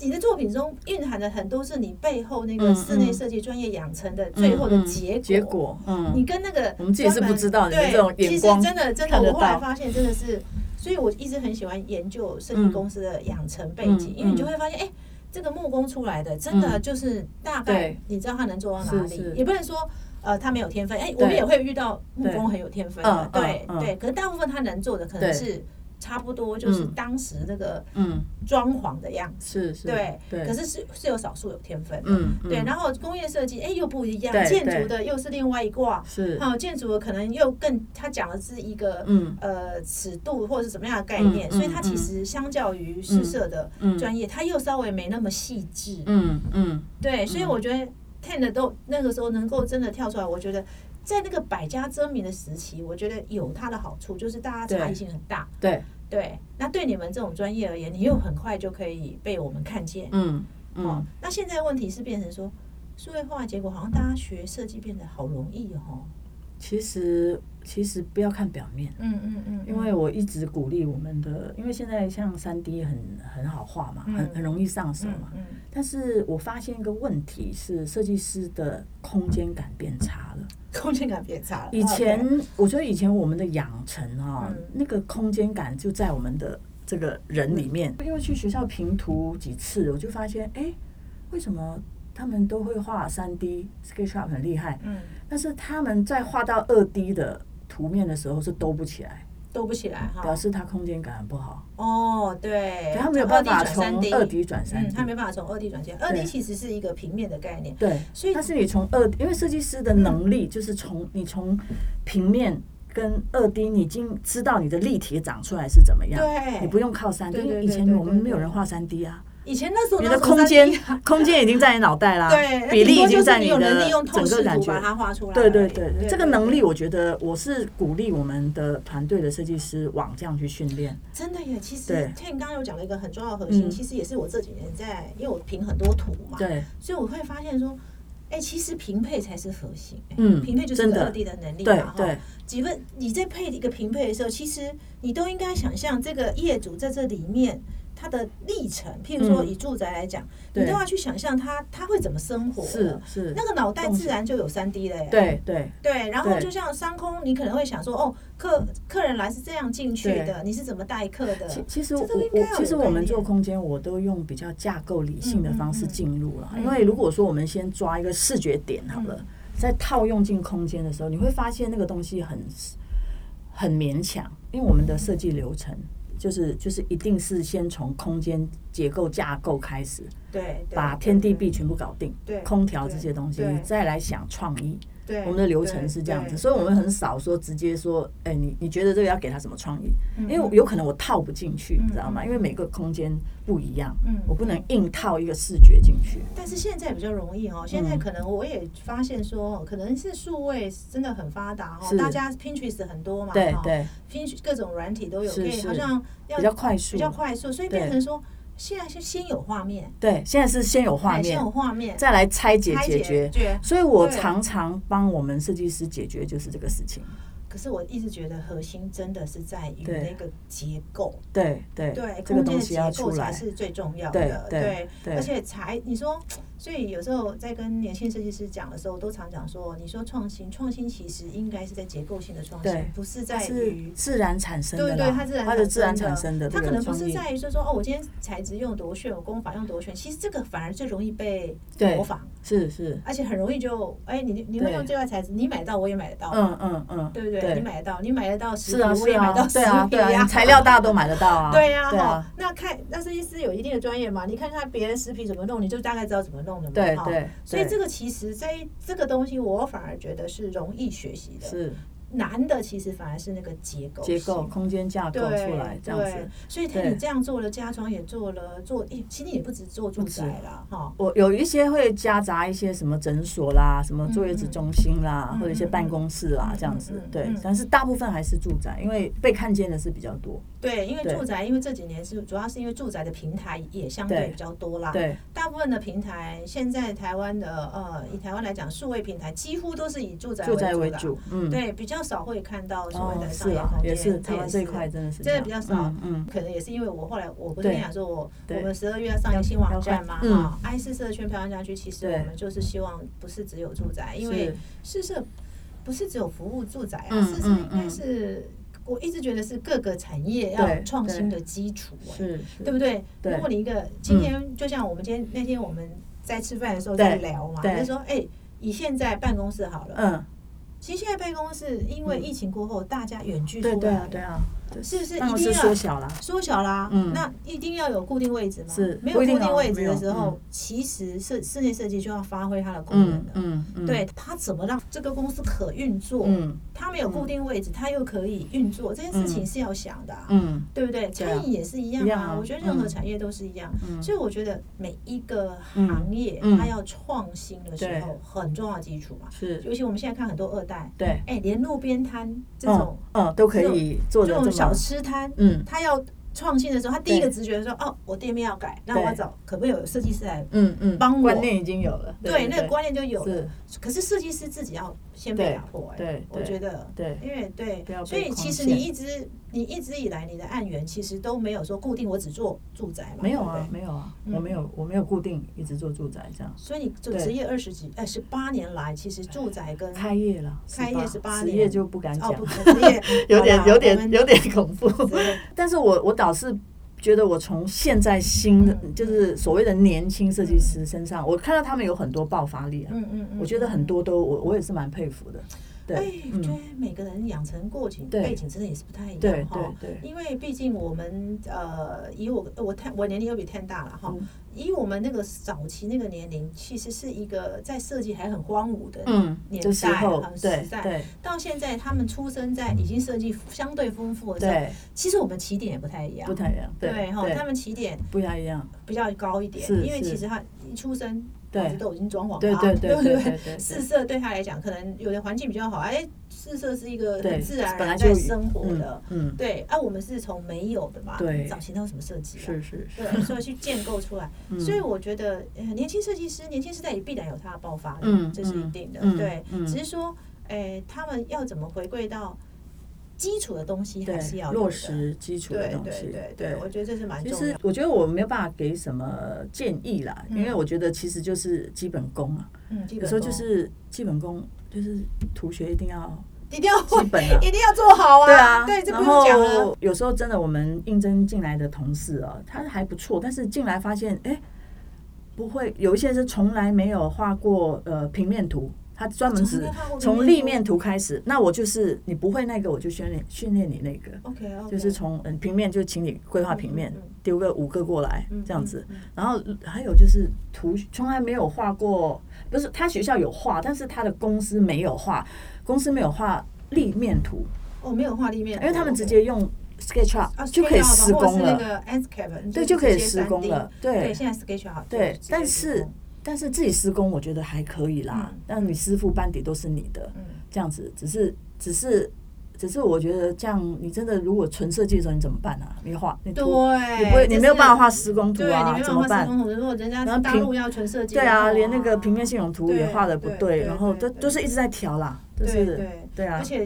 A: 你的作品中蕴含的很多是你背后那
B: 嗯
A: 个室内设计专业养成的最后的
B: 嗯嗯
A: 结果。
B: 结果，嗯，
A: 你跟那个
B: 我们自己是不知道
A: 专
B: 你
A: 门
B: 们这种
A: 对
B: 眼光
A: 其实真的真的，
B: 看得
A: 我后来
B: 到
A: 发现真的是，所以我一直很喜欢研究设计
B: 嗯
A: 公司的养成背景，
B: 嗯
A: 因为你就
B: 嗯
A: 会发现，哎、这个木工出来的真的
B: 嗯
A: 就是大概
B: 对
A: 你知道他能做到哪里，
B: 是是
A: 也不能说。呃，他没有天分，哎、我
B: 对
A: 们也会遇到木
B: 对
A: 工很有天分
B: 嗯
A: 的
B: 嗯，
A: 对
B: 嗯
A: 对。可是大部分他能做的可能
B: 对
A: 是差不多，就是
B: 嗯
A: 当时那个
B: 嗯，
A: 装潢的样子，
B: 是是，
A: 对。
B: 对，
A: 可是是是有少数有天分的，
B: 嗯，嗯，
A: 对。然后工业设计，哎，又不一
B: 对
A: 样，建
B: 对
A: 筑的又是另外一挂，
B: 是，
A: 好，哦建筑可能又更，他讲的是一个、
B: 嗯
A: 呃尺度或者是什么样的概念，
B: 嗯
A: 所以它
B: 嗯
A: 其实相较于诗社的
B: 嗯
A: 专业，它又稍微没那么细致。
B: 嗯嗯，
A: 对，所以我觉得 Ten 的都那个时候能够真的跳出来，我觉得在那个百家争鸣的时期，我觉得有它的好处，就是大家差异性很大。
B: 对，
A: 对，那对你们这种专业而言，你又很快就可以被我们看见。
B: 嗯
A: 哦
B: 嗯，，
A: 那现在问题是变成说。数位化的结果好像大家学设计变得好容易哦，
B: 其实其实不要看表面。
A: 嗯嗯嗯，
B: 因为我一直鼓励我们的，因为现在像三 D 很很好画嘛，很
A: 嗯
B: 很容易上手嘛。
A: 嗯嗯
B: 但是我发现一个问题是，设计师的空间感变差了。
A: 空间感变差了。
B: 以前我觉得以前我们的养成
A: 哦
B: 啊、
A: 嗯
B: 那个空间感就在我们的这个人里面。
A: 嗯
B: 因为去学校评图几次，我就发现，哎，为什么他们都会画三 D SketchUp 很厉害，
A: 嗯
B: 但是他们在画到二 D 的图面的时候是兜不起来，
A: 兜不起来哈
B: 表。示他空间感很不好。
A: 哦，对，
B: 他没有办法
A: 从
B: 从
A: 2D
B: 二 D 转三
A: 嗯，他
B: D，
A: 没办法从二 D 转线，二 D 其实是一个平面的概念，
B: 对，
A: 所以
B: 但是你从二，因为设计师的能力就是从你从平面跟二 D，你已经知道你的立体长出来是怎么样，
A: 对
B: 你不用靠三 D，
A: 对
B: 因
A: 对对
B: 为以前
A: 对对
B: 我们没有人画三 D 啊，
A: 以前那时候
B: 你
A: 哪
B: 的
A: 有什么
B: 空间
A: 3D 啊
B: 空间已经在你脑袋啦，
A: 对，
B: 比例已经在
A: 你有
B: 的
A: 能力用透
B: 整
A: 视
B: 个感
A: 图
B: 觉
A: 把。它画出来而
B: 对
A: 已。
B: 对对，这个能力我觉得我是鼓励我们的团队的设计师往这样去训练。
A: 真的耶。其实
B: 对
A: Ten 刚刚有讲了一个很重要的核心，
B: 嗯
A: 其实也是我这几年在，因为我评很多图嘛，
B: 对，
A: 所以我会发现说，哎，其实评配才是核心，哎
B: 嗯
A: 评配就是
B: 真
A: 个
B: 的
A: 二 D 的能力嘛，
B: 对
A: 哈
B: 对，
A: 几个你在配一个平配的时候，其实你都应该想象这个业主在这里面它的历程，譬如说
B: 嗯
A: 以住宅来讲，
B: 对
A: 你都要去想象它它会怎么生活了，
B: 是是，
A: 那个脑袋自然就有三 D 了耶。
B: 对对
A: 对，然后
B: 对
A: 就像商空，你可能会想说，哦，客客人来是这样进去的，你是怎么带客的？
B: 其其实
A: 这
B: 我
A: 都应该
B: 我
A: 要有
B: 其实
A: 概
B: 我们做
A: 念
B: 空间，我都用比较架构理性的方式
A: 嗯嗯嗯
B: 进入了，
A: 嗯
B: 因为如果说我们先抓一个视觉点好了
A: 嗯，
B: 在套用进空间的时候，你会发现那个东西很很勉强，因为我们的设计流程。就是就是一定是先从空间结构架构开始，
A: 对，对
B: 把
A: 对
B: 天地
A: 对
B: 壁全部搞定，
A: 对
B: 空调这些东西
A: 对，
B: 再来想创意。
A: 对，
B: 我们的流程是这样子，所以我们很少说直接说，哎，你你觉得这个要给他什么创意？
A: 以
B: 因为有可能我套不进去，
A: 嗯
B: 你知道吗？
A: 嗯
B: 因为每个空间不一样，
A: 嗯
B: 我不能硬套一个视觉进去。
A: 但是现在比较容易
B: 嗯
A: 哦，现在可能我也发现说，哦可能是数位真的很发达哦
B: 是，
A: 大家 Pinterest 很多嘛，
B: 对
A: 哈
B: 对，
A: ，Pinterest 各种软体都有，
B: 是
A: 可以
B: 是
A: 好像要
B: 比较快速
A: 比。较快速，所以
B: 对
A: 变成说现在是先有画面，
B: 对，现在是先有画
A: 哎先
B: 面
A: 有，画面，
B: 再来拆解
A: 拆
B: 解
A: 解
B: 决。
A: 决。
B: 所以我
A: 对
B: 常常帮我们设计师解决就是这个事情。
A: 可是我一直觉得核心真的是在于
B: 对
A: 那个结构，
B: 对对
A: 对，
B: 这个
A: 空间
B: 东
A: 的
B: 西要
A: 结
B: 出
A: 构才
B: 来。
A: 是最重要
B: 对
A: 的，
B: 对
A: 而
B: 对
A: 且才你说，所以有时候在跟年轻设计师讲的时候，我都常讲说，你说创新，创新其实应该是在结构性的创
B: 对
A: 新，不是在
B: 是
A: 于。
B: 自然产生的
A: 对
B: 啦，
A: 对，它自然
B: 它是自然产生
A: 生
B: 的这
A: 它
B: 个
A: 可
B: 创意，
A: 能不是在于说说哦，我今天材质用多炫，我工法用多炫，其实这个反而最容易被
B: 对
A: 模仿，
B: 是是，
A: 而且很容易就哎，你你会
B: 对
A: 用这块材质，你买得到我也买得到，
B: 嗯嗯嗯，
A: 对不对？你买得到，你买得到实
B: 是
A: 体，
B: 啊
A: 我
B: 是
A: 也买
B: 啊
A: 到，实
B: 对啊
A: 体
B: 对啊，你材料大家都买得到啊，
A: 对呀、
B: 对
A: 哈
B: 啊，，
A: 那看那设计师有一定的专业嘛，你看看别人食品怎么弄，你就大概知道怎么弄的嘛。
B: 对
A: 哈
B: 对
A: 所以
B: 对
A: 这个其实在这个东西，我反而觉得是容易学习的，
B: 是
A: 难的其实反而是那个结构
B: 结构
A: 性
B: 空间架构
A: 对
B: 出来这样
A: 对
B: 子。
A: 所以他
B: 对
A: 你这样做了，家装也做了，做诶其实也不止做住宅啦，哈。
B: 我有一些会夹杂一些什么诊所啦、什么坐月子中心啦，
A: 嗯嗯
B: 或者一些办公室啦、
A: 嗯嗯
B: 这样子，
A: 嗯嗯
B: 对
A: 嗯。
B: 但是大部分还是住宅，因为被看见的是比较多。
A: 对，因为
B: 对
A: 住宅，因为这几年是主要是因为住宅的平台也相对
B: 对
A: 比较多啦。
B: 对
A: 大部分的平台，现在台湾的呃，以台湾来讲，数位平台几乎都是以住宅
B: 住宅为
A: 啦
B: 主，嗯，
A: 对，比较少会看到所谓
B: 哦，
A: 的商
B: 是
A: 业
B: 啊
A: 空，间，
B: 也是
A: 这
B: 台湾这一块真的是
A: 真的
B: 这
A: 比较
B: 样
A: 少
B: 嗯嗯，
A: 可能也是因为我后来我不是跟你讲说我
B: 对
A: 我们十二月要上一个新网站嘛
B: 要要
A: 哈，爱四社圈漂亮家居，其实
B: 对
A: 我们就是希望不是只有住宅，因为
B: 是
A: 四社不是只有服务住宅啊，
B: 嗯
A: 四社
B: 嗯
A: 应该
B: 嗯
A: 是我一直觉得是各个产业
B: 对
A: 要有创新的基础欸，
B: 是是，
A: 对不对？
B: 对嗯
A: 如果你一个今天就像我们今天那天我们在吃饭的时候
B: 对
A: 在聊嘛，
B: 对
A: 就说哎，以现在办公室好了，
B: 嗯，
A: 其实现在办公室因为疫情过后，大家远距出来，
B: 对嗯对啊对啊，
A: 是不是
B: 办
A: 一
B: 公
A: 定
B: 室
A: 要
B: 缩小啦，
A: 缩小啦？
B: 嗯
A: 那一定要有固定位置吗？
B: 是
A: 没有
B: 不
A: 固
B: 一定哦
A: 定位置的时
B: 没有
A: 候
B: 嗯，
A: 其实室室内设计就要发挥它的功能
B: 嗯
A: 了。
B: 嗯嗯，
A: 对，它怎么让这个公司可运作？
B: 嗯
A: 它没有固定位置，它又可以运作，这件事情是要想的啊、
B: 嗯
A: 对不对？
B: 对啊
A: 餐饮也是一样
B: 一样啊
A: 我觉得任何
B: 嗯
A: 产业都是一样。
B: 嗯，
A: 所以我觉得每一个行业，
B: 嗯嗯
A: 它要创新的时候，很重要的基础嘛。
B: 嗯是，
A: 尤其我们现在看很多二代，
B: 对，
A: 哎、连路边摊这
B: 嗯
A: 种、
B: 嗯都可以做
A: 这
B: 的
A: 种
B: 这
A: 小
B: 么，
A: 吃摊，
B: 嗯
A: 他要创新的时候，他第一
B: 对
A: 个直觉说：“哦，我店面要改，那我要找可不可以有设计师来
B: 嗯嗯，
A: 帮我
B: 观念已经有了，？”对，
A: 那个观念就有了。
B: 是，
A: 可是设计师自己要先被
B: 对
A: 打破、哎，
B: 对
A: 我
B: 对
A: 觉得，
B: 对
A: 因为对
B: 不要，被
A: 所以其实
B: 框
A: 你
B: 限
A: 一直你一直以来你的案源其实都没有说固定，我只做住宅嘛，
B: 没有
A: 对
B: 啊
A: 不，对
B: 没有啊，
A: 嗯
B: 我没有，我没有固定一直做住宅这样。
A: 所以你就
B: 对
A: 职业二十几哎十八年来，其实住宅跟
B: 开业了，
A: 嗯开业18
B: 职
A: 年
B: 业就不敢讲
A: 哦，不职业
B: 有
A: 好
B: 点
A: 啦
B: 有
A: 我
B: 点
A: 们
B: 有点恐怖。
A: 职业
B: 但是我我倒是觉得，我从现在新的
A: 嗯
B: 就是所谓的年轻设计师身上，我看到他们有很多爆发力啊，
A: 嗯嗯嗯，
B: 我觉得很多都我我也是蛮佩服的。
A: 哎
B: 对，，
A: 我觉
B: 嗯，
A: 得每个人养成过程
B: 对
A: 背景真的也是不太一
B: 对
A: 样哈。
B: 对对，
A: 因为毕竟我们呃，以我我太我年龄又比 Tan 大了哈，
B: 嗯
A: 以我们那个早期那个年龄，其实是一个在设计还很荒芜的，
B: 嗯，
A: 年代
B: 这时候
A: 很实
B: 对
A: 在
B: 对
A: 到现在他们出生在已经设计相对丰富的时候，
B: 嗯对，
A: 其实我们起点也不太一样
B: 不，太一样，对
A: 哈，他们起点
B: 不太一样，
A: 比较高一点，
B: 是
A: 因为
B: 是
A: 其实他一出生
B: 对
A: 房子都已经装潢
B: 对
A: 了啊，
B: 对
A: 对
B: 对
A: 不
B: 对对对，
A: 四色对他来讲，可能有的环境比较好，哎，四色是一个
B: 对
A: 很自然而
B: 本来
A: 然
B: 就
A: 在生活的，
B: 嗯，嗯
A: 对，啊，我们是从没有的嘛，
B: 对
A: 早期哪有什么设计啊？
B: 是是是，
A: 对，所以去建构出来。
B: 嗯
A: 所以我觉得，呃，年轻设计师、年轻时代也必然有他的爆发力，
B: 嗯
A: 这是一定的。哎
B: 嗯
A: 对，
B: 嗯
A: 只是说，诶、他们要怎么回归到基础的东西还是要有的
B: 落实基础的
A: 对
B: 东西
A: 对。对对，我觉得这是蛮
B: 其
A: 重要
B: 实
A: 的。
B: 我觉得我没有办法给什么建议啦，因为我觉得其实就是基本功啊，
A: 嗯，基
B: 有
A: 本
B: 时候就
A: 功
B: 是基本功，就是图学一定要
A: 一定要
B: 基本啊
A: 一定要做好啊！
B: 对啊，
A: 对，这不
B: 然
A: 用讲了。
B: 后有时候真的，我们应征进来的同事啊，他还不错，但是进来发现，哎，不会有一些是从来没有画过呃平面图，他专门
A: 从来
B: 只
A: 没画过平
B: 从
A: 面
B: 立
A: 图
B: 面图开始。那我就是你不会那个，我就训练训练你那个。
A: OK OK，
B: 就是从嗯平面就请你规划平面
A: 嗯嗯嗯，
B: 丢个五个过来
A: 嗯
B: 这样子
A: 嗯嗯。
B: 然后还有就是图，从来没有画过，不是他学校有画，但是他的公司没有画，公司没有画立面图，
A: 哦，没有画立面图，
B: 因为他们
A: OK
B: 直接用 SketchUp
A: 啊
B: 就可以施工
A: 或者是那
B: 了。
A: 个 Enscape，
B: 对就可以施工了对
A: 对，现在 Sketch 好。
B: 对
A: 直，接
B: 但
A: 施
B: 是
A: 工
B: 但是自己施工我觉得还可以啦
A: 嗯，
B: 但你师傅班底都是你的，
A: 嗯，
B: 这样子只是只是只是我觉得这样，你真的如果纯设计的时候你怎么办啊？你画你
A: 对，
B: 图你不会，你没有办法画施工图
A: 对，你
B: 啊，
A: 没办
B: 怎么
A: 法画
B: 办
A: 施？工图，如果人家
B: 然后
A: 大
B: 平
A: 陆要纯设计的
B: 对
A: 话，
B: 啊，连那个平面系统图也画的不
A: 对
B: 对，
A: 对
B: 然后
A: 对
B: 都
A: 对
B: 都是一直在调啦，都
A: 对
B: 是
A: 对
B: 对啊
A: 而，且。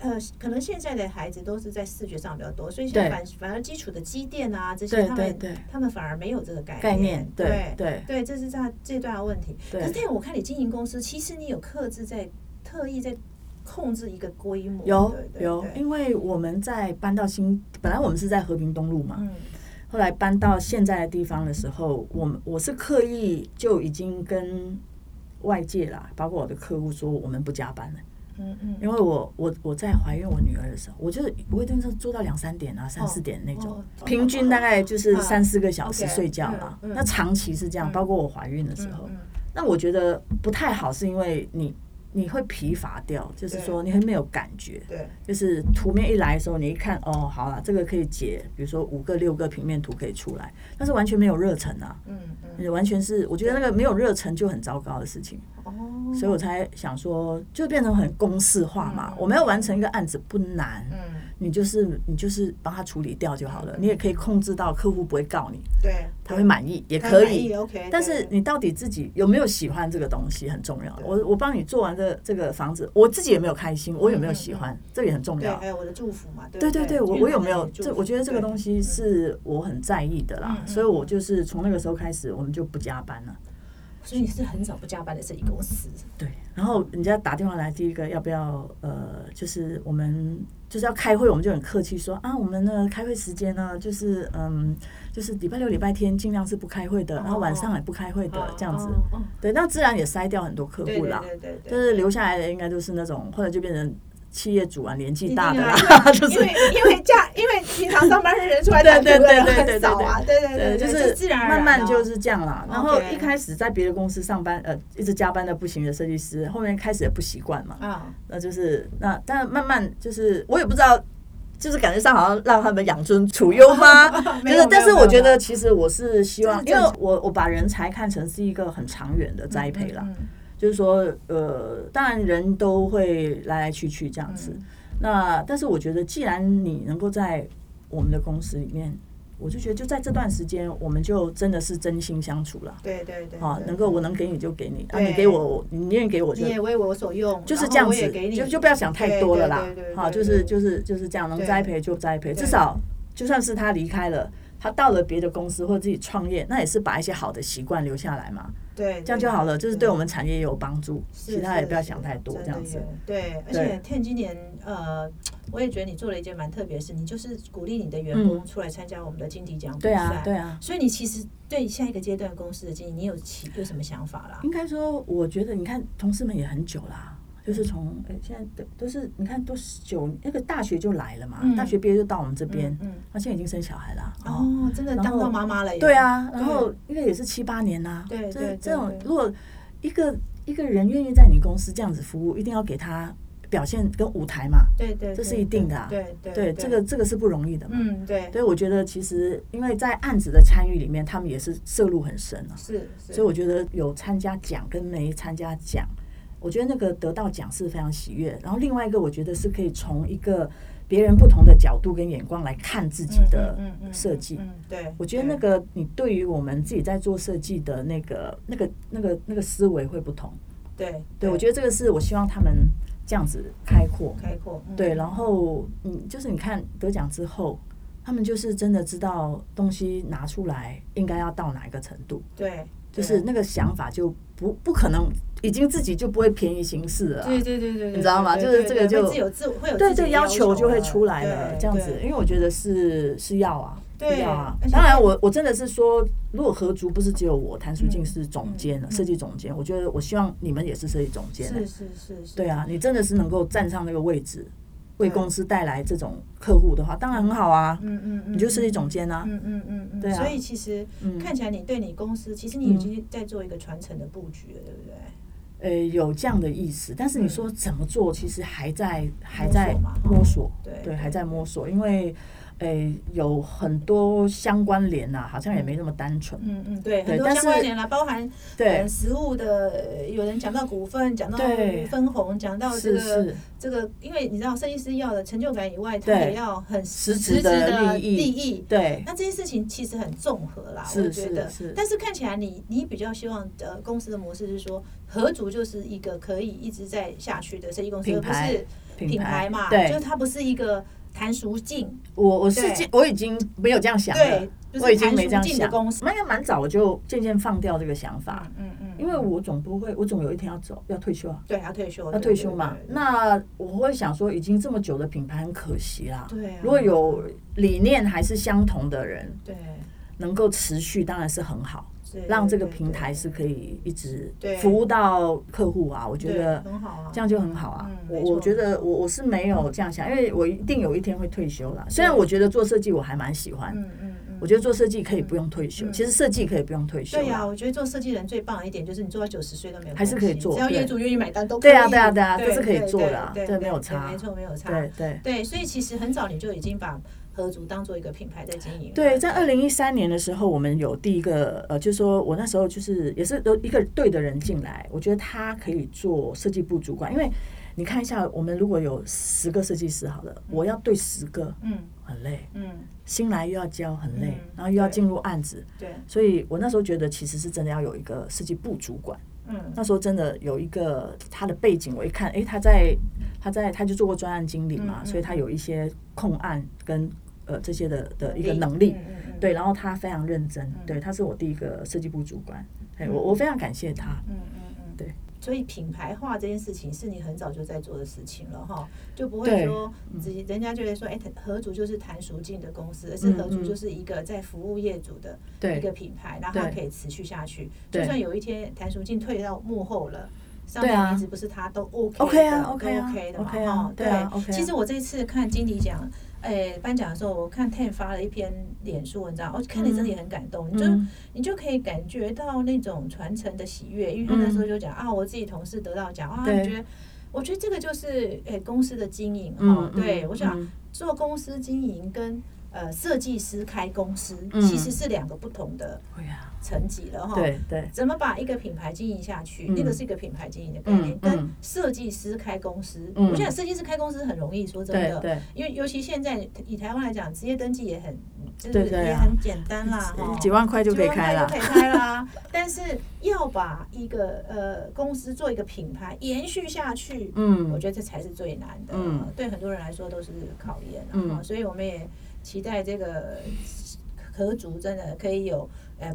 A: 呃，可能现在的孩子都是在视觉上比较多，所以现在
B: 对
A: 反反而基础的积淀啊这些，
B: 对
A: 他
B: 对
A: 们
B: 对
A: 他们反而没有这个概
B: 概念
A: 对
B: 对对
A: 对，这是他这段的问题。可是，
B: 对，
A: 但我看你经营公司，其实你有克制在特意在控制一个规模，
B: 有
A: 对对
B: 有，
A: 对
B: 因为我们在搬到新，本来我们是在和平东路嘛，
A: 嗯
B: 后来搬到现在的地方的时候，我们我是刻意就已经跟外界啦，包括我的客户说，我们不加班了。
A: 嗯嗯，
B: 因为我我我在怀孕我女儿的时候，我就是我一定是做到两三点啊、三四点那种
A: 哦，哦
B: 平均大概就是
A: 啊
B: 三四个小时
A: OK，
B: 睡觉啦。
A: 嗯嗯
B: 那长期是这样，
A: 嗯
B: 包括我怀孕的时候，那我觉得不太好，是因为你你会疲乏掉，就是说你会没有感觉。
A: 对，
B: 就是图面一来的时候，你一看哦，好了，这个可以解，比如说五个六个平面图可以出来，但是完全没有热忱啊，
A: 嗯嗯，
B: 你完全是我觉得那个没有热忱就很糟糕的事情。
A: 哦，
B: 所以我才想说，就变成很公式化嘛
A: 嗯。
B: 我们要完成一个案子不难，
A: 嗯，
B: 你就是你就是帮他处理掉就好了。你也可以控制到客户不会告你，
A: 对，
B: 他会满意也
A: 他
B: 可
A: 满
B: 以
A: 意。，OK，
B: 但是
A: 对
B: 你到底自己有没有喜欢这个东西很重要。
A: 对
B: 我我帮你做完这这个房子，我自己有没有开心，我有没有喜欢，这也很重
A: 对，
B: 要
A: 还。有我的祝福嘛，对
B: 对
A: 对
B: 对对，我我有没有这？我觉得这个东
A: 西，
B: 西是我很在意的
A: 嗯
B: 啦，
A: 嗯嗯
B: 所以我就是从那个时候开始，我们就不加班了。
A: 所以你是很少不加班的设计公司，
B: 对，然后人家打电话来，第一个要不要呃，就是我们就是要开会，我们就很客气说啊，我们呢开会时间呢，就是嗯，就是礼拜六、礼拜天尽量是不开会的，然后晚上也不开会的、
A: 哦
B: 这样子。
A: 哦哦
B: 对，那自然也筛掉很多客
A: 对
B: 户
A: 对
B: 啦，
A: 对对对，
B: 就是留下来的应该都是那种，后来就变成企业主啊，年纪
A: 一
B: 大的
A: 定
B: 啦
A: 啊，
B: 就
A: 因
B: 是
A: 为因为假，因为平常上班的人出来谈
B: 对对
A: 图的人
B: 对对
A: 很少啊，对对对，
B: 对，就是
A: 自然而
B: 慢
A: 然
B: 慢
A: 啊
B: 就是这样啦。然后
A: OK
B: 一开始在别的公司上班，呃，一直加班的不行的设计师，后面开始也不习惯嘛，
A: 啊，
B: 那就是那，但慢慢就是我也不知道，就是感觉上好像让他们养尊处优吗？就
A: 没有
B: 是，但
A: 没
B: 是
A: 有
B: 我觉
A: 没有
B: 得其实我是希望，
A: 这
B: 因
A: 是
B: 为
A: 正常
B: 我我把人才看成是一个很长远的栽培啦，
A: 嗯嗯
B: 就是说呃，当然人都会来来去去这样子。
A: 嗯
B: 那但是我觉得，既然你能够在我们的公司里面，我就觉得就在这段时间，我们就真的是真心相处了。
A: 对对对，
B: 啊，
A: 对
B: 能够我能给你就给你，啊，你
A: 对
B: 给我，你愿意给我就
A: 你也为我所用，
B: 就是
A: 然后
B: 这样
A: 我也
B: 子
A: 给，你
B: 就就不要想太多了啦
A: 对对对，对
B: 哈，
A: 对
B: 就是
A: 对
B: 就是就是这样，能
A: 对
B: 栽培就栽培，
A: 对
B: 至少就算是他离开了，他到了别的公司或者自己创业，那也是把一些好的习惯留下来嘛，
A: 对，
B: 这样就好了，就是
A: 对
B: 对我们产业也有帮助，
A: 嗯是
B: 其他也不要想太多，
A: 是
B: 这样子
A: 真的，耶对，而且 Ten 今年呃，我也觉得你做了一件蛮特别的事，你就是鼓励你的员工
B: 嗯
A: 出来参加我们的金体奖比
B: 对啊
A: 赛，，
B: 对啊。
A: 所以你其实对下一个阶段公司的经营，你有其有什么想法啦？
B: 应该说，我觉得你看，同事们也很久啦，就是从
A: 嗯
B: 诶、现在都都是你看都十九那个大学就来了嘛，
A: 嗯
B: 大学毕业就到我们这边，
A: 嗯嗯
B: 他现在已经生小孩啦，哦
A: 哦，真的
B: 然后
A: 当到妈妈了耶，
B: 对啊，
A: 对
B: 然后因为也是七八年呐、
A: 对
B: 这
A: 对
B: 这种
A: 对对
B: 如果一个一个人愿意在你公司这样子服务，一定要给他表现跟舞台嘛，
A: 对，对对，
B: 这是一定的啊
A: 对对
B: 对，这个，这个是不容易的嘛。
A: 嗯，对，
B: 所以我觉得其实因为在案子的参与里面，他们也是涉入很深啊，
A: 是，是
B: 所以我觉得有参加奖跟没参加奖，我觉得那个得到奖是非常喜悦。然后另外一个，我觉得是可以从一个别人不同的角度跟眼光来看自己的
A: 嗯嗯嗯嗯
B: 设计。
A: 嗯，对，
B: 我觉得
A: 对
B: 那个你对于我们自己在做设计的那个、那个、那个、那个思维会不同。
A: 对，
B: 对，我觉得这个是我希望他们这样子开阔。
A: 开阔，嗯
B: 对，然后嗯，就是你看得奖之后，他们就是真的知道东西拿出来应该要到哪一个程度，
A: 对，
B: 就是那个想法就不不可能已经自己就不会便宜行事了啊、
A: 对对对对对，
B: 你知道吗
A: 对
B: 就是
A: 对
B: 这个
A: 对
B: 就
A: 会自有自会有
B: 对
A: 自己
B: 这
A: 的啊
B: 个要求就会出来
A: 对
B: 了，这样子
A: 对，
B: 因为我觉得是是要啊，
A: 对
B: 是要啊
A: 而。且
B: 当然我，我真的是说，如果合族不是只有我，谭淑静
A: 嗯
B: 是总监了，
A: 嗯
B: 设计总监，我觉得我希望你们也是设计总监欸，
A: 是是是是，
B: 对啊，你真的是能够站上那个位置，为
A: 对
B: 公司带来这种客户的话，当然很好啊，
A: 嗯，嗯嗯嗯，
B: 你就设计总监啊，
A: 嗯嗯嗯嗯，
B: 对啊
A: 所以其实
B: 嗯
A: 看起来你对你公司，其实你已经在做一个传承的布局了，对不对？
B: 呃，有这样的意思，但是你说怎么做，其实还在还在
A: 嗯摸索嘛嗯
B: 摸索，
A: 对对
B: 对，还在摸索，因为呃有很多相关联啊，好像也没那么单纯，
A: 嗯嗯，对，很
B: 对
A: 多
B: 但
A: 相关
B: 是
A: 联啦，包含
B: 对
A: 呃，食物的，呃有人讲到股份，讲到
B: 对
A: 分红，讲到这
B: 是
A: 个
B: 是，
A: 这个，因为你知道设计师要的成就感以外，他
B: 对
A: 也要很
B: 实质
A: 质
B: 的
A: 的
B: 利益
A: 益。
B: 对，
A: 那这些事情其实很综合啦，
B: 是
A: 我觉得
B: 是是。
A: 但是看起来你你比较希望呃公司的模式是说，合组就是一个可以一直在下去的设计公司，
B: 品
A: 而不
B: 牌
A: 是品牌嘛，就是
B: 对，
A: 它不是一个谭熟静，
B: 我我是
A: 对
B: 记我已经没有这样想了
A: 对，，就
B: 我已
A: 是
B: 经
A: 谭
B: 没这
A: 熟
B: 样
A: 静的
B: 想，
A: 公司。
B: 那应该蛮早我就渐渐放掉这个想法，
A: 嗯嗯，
B: 因为我总不会，我总有一天要走，要退休啊，
A: 对要退休，
B: 要
A: 哦对
B: 退休嘛
A: 对。对
B: 那我会想说，已经这么久的品牌很可惜啦。
A: 对啊
B: 如果有理念还是相同的人
A: 对
B: 能够持续，当然是很好，
A: 对
B: 让这个
A: 对对
B: 平台是可以一直
A: 对
B: 服务到客户啊。我觉
A: 对
B: 得
A: 很好啊，
B: 这样就很好啊
A: 嗯。
B: 我
A: 没错嗯
B: 我觉得我我是没有这样想，因为我一定有一天会退休啦。虽然我觉得做设计我还蛮喜欢，
A: 嗯嗯嗯，
B: 我觉得做设计可以不用退休，
A: 嗯
B: 其实设计可以不用退休啦。
A: 对呀、我觉得做设计人最棒的一点就是你做到九十岁都没有关系，
B: 还是可以做
A: 只要
B: 对
A: 业主愿意买单都可以。
B: 对啊对啊对啊这是可以
A: 对
B: 做的啊
A: 对
B: 这
A: 对
B: 没有
A: 对
B: 差
A: 没错没有差。
B: 对对。
A: 对所以其实很早你就已经把合族当做一个品牌在经营了。
B: 对，在二零一三年的时候，我们有第一个呃，就是说我那时候就是也是有一个对的人进来，我觉得他可以做设计部主管，因为你看一下，我们如果有十个设计师好了，我要对十个
A: 嗯
B: 很累，
A: 嗯，
B: 新来又要教很累
A: 嗯，
B: 然后又要
A: 对
B: 进入案子，
A: 对，
B: 所以我那时候觉得其实是真的要有一个设计部主管。
A: 嗯
B: 那时候真的有一个他的背景，我一看，诶，他在他在他就做过专案经理嘛，
A: 嗯嗯
B: 所以他有一些控案跟呃这些的的一个
A: 力
B: 能力。
A: 嗯嗯嗯，
B: 对，然后他非常认真，
A: 嗯
B: 对，他是我第一个设计部主管，哎，我我非常感谢他。
A: 嗯嗯嗯，
B: 对。
A: 所以品牌化这件事情是你很早就在做的事情了哈，就不
B: 对
A: 会说自己人家就会说，哎、合族就是谈熟进的公司，而是
B: 嗯
A: 合族
B: 嗯
A: 就是一个在服务业主的一
B: 对
A: 个品牌，然后它
B: 对
A: 可以持续下去。
B: 对
A: 就算有一天谭淑静退到幕后了。上
B: 对啊
A: 面一直不是他都 OK 的
B: OK 啊
A: 都
B: OK 啊
A: OK 的嘛
B: OK 啊
A: 哈
B: 对啊 OK 啊
A: 其实我这次看金迪奖，诶、颁奖的时候，我看 Ten 发了一篇脸书文章，我哦看了真的也很感动，就是哦
B: 嗯
A: 你就可以感觉到那种传承的喜悦，因为他那时候就讲、啊，我自己同事得到奖啊，
B: 嗯对
A: 你觉得？我觉得这个就是诶、公司的经营哈、
B: 嗯，
A: 对我想
B: 嗯
A: 做公司经营跟呃设计师开公司、
B: 嗯
A: 其实是两个不同的
B: 会啊，
A: 层级了哈。
B: 对对
A: 怎么把一个品牌经营下去？
B: 嗯
A: 那个是一个品牌经营的概念，
B: 嗯
A: 跟
B: 嗯，
A: 设计师开公司。
B: 嗯
A: 我想设计师开公司很容易，说真
B: 对
A: 的，
B: 对，
A: 因为尤其现在以台湾来讲，职业登记也很就是
B: 对对啊
A: 也很简单啦，哈
B: 几万块就可以开了
A: 就，可以开啦。但是要把一个呃公司做一个品牌延续下去，我
B: 嗯，
A: 觉得这才是最难的，
B: 嗯
A: 对很多人来说都是考验啊、
B: 嗯
A: 所以我们也期待这个合族真的可以有呃。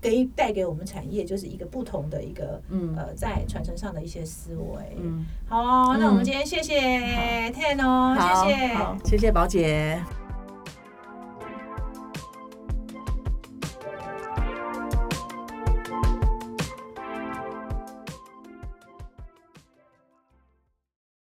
A: 给带给我们产业就是一个不同的一个、
B: 嗯
A: 呃在传承上的一些思维。
B: 嗯，
A: 好哦，那我们
B: 嗯
A: 今天谢谢 Ten 哦，
B: 好
A: 谢谢。
B: 好谢谢宝姐。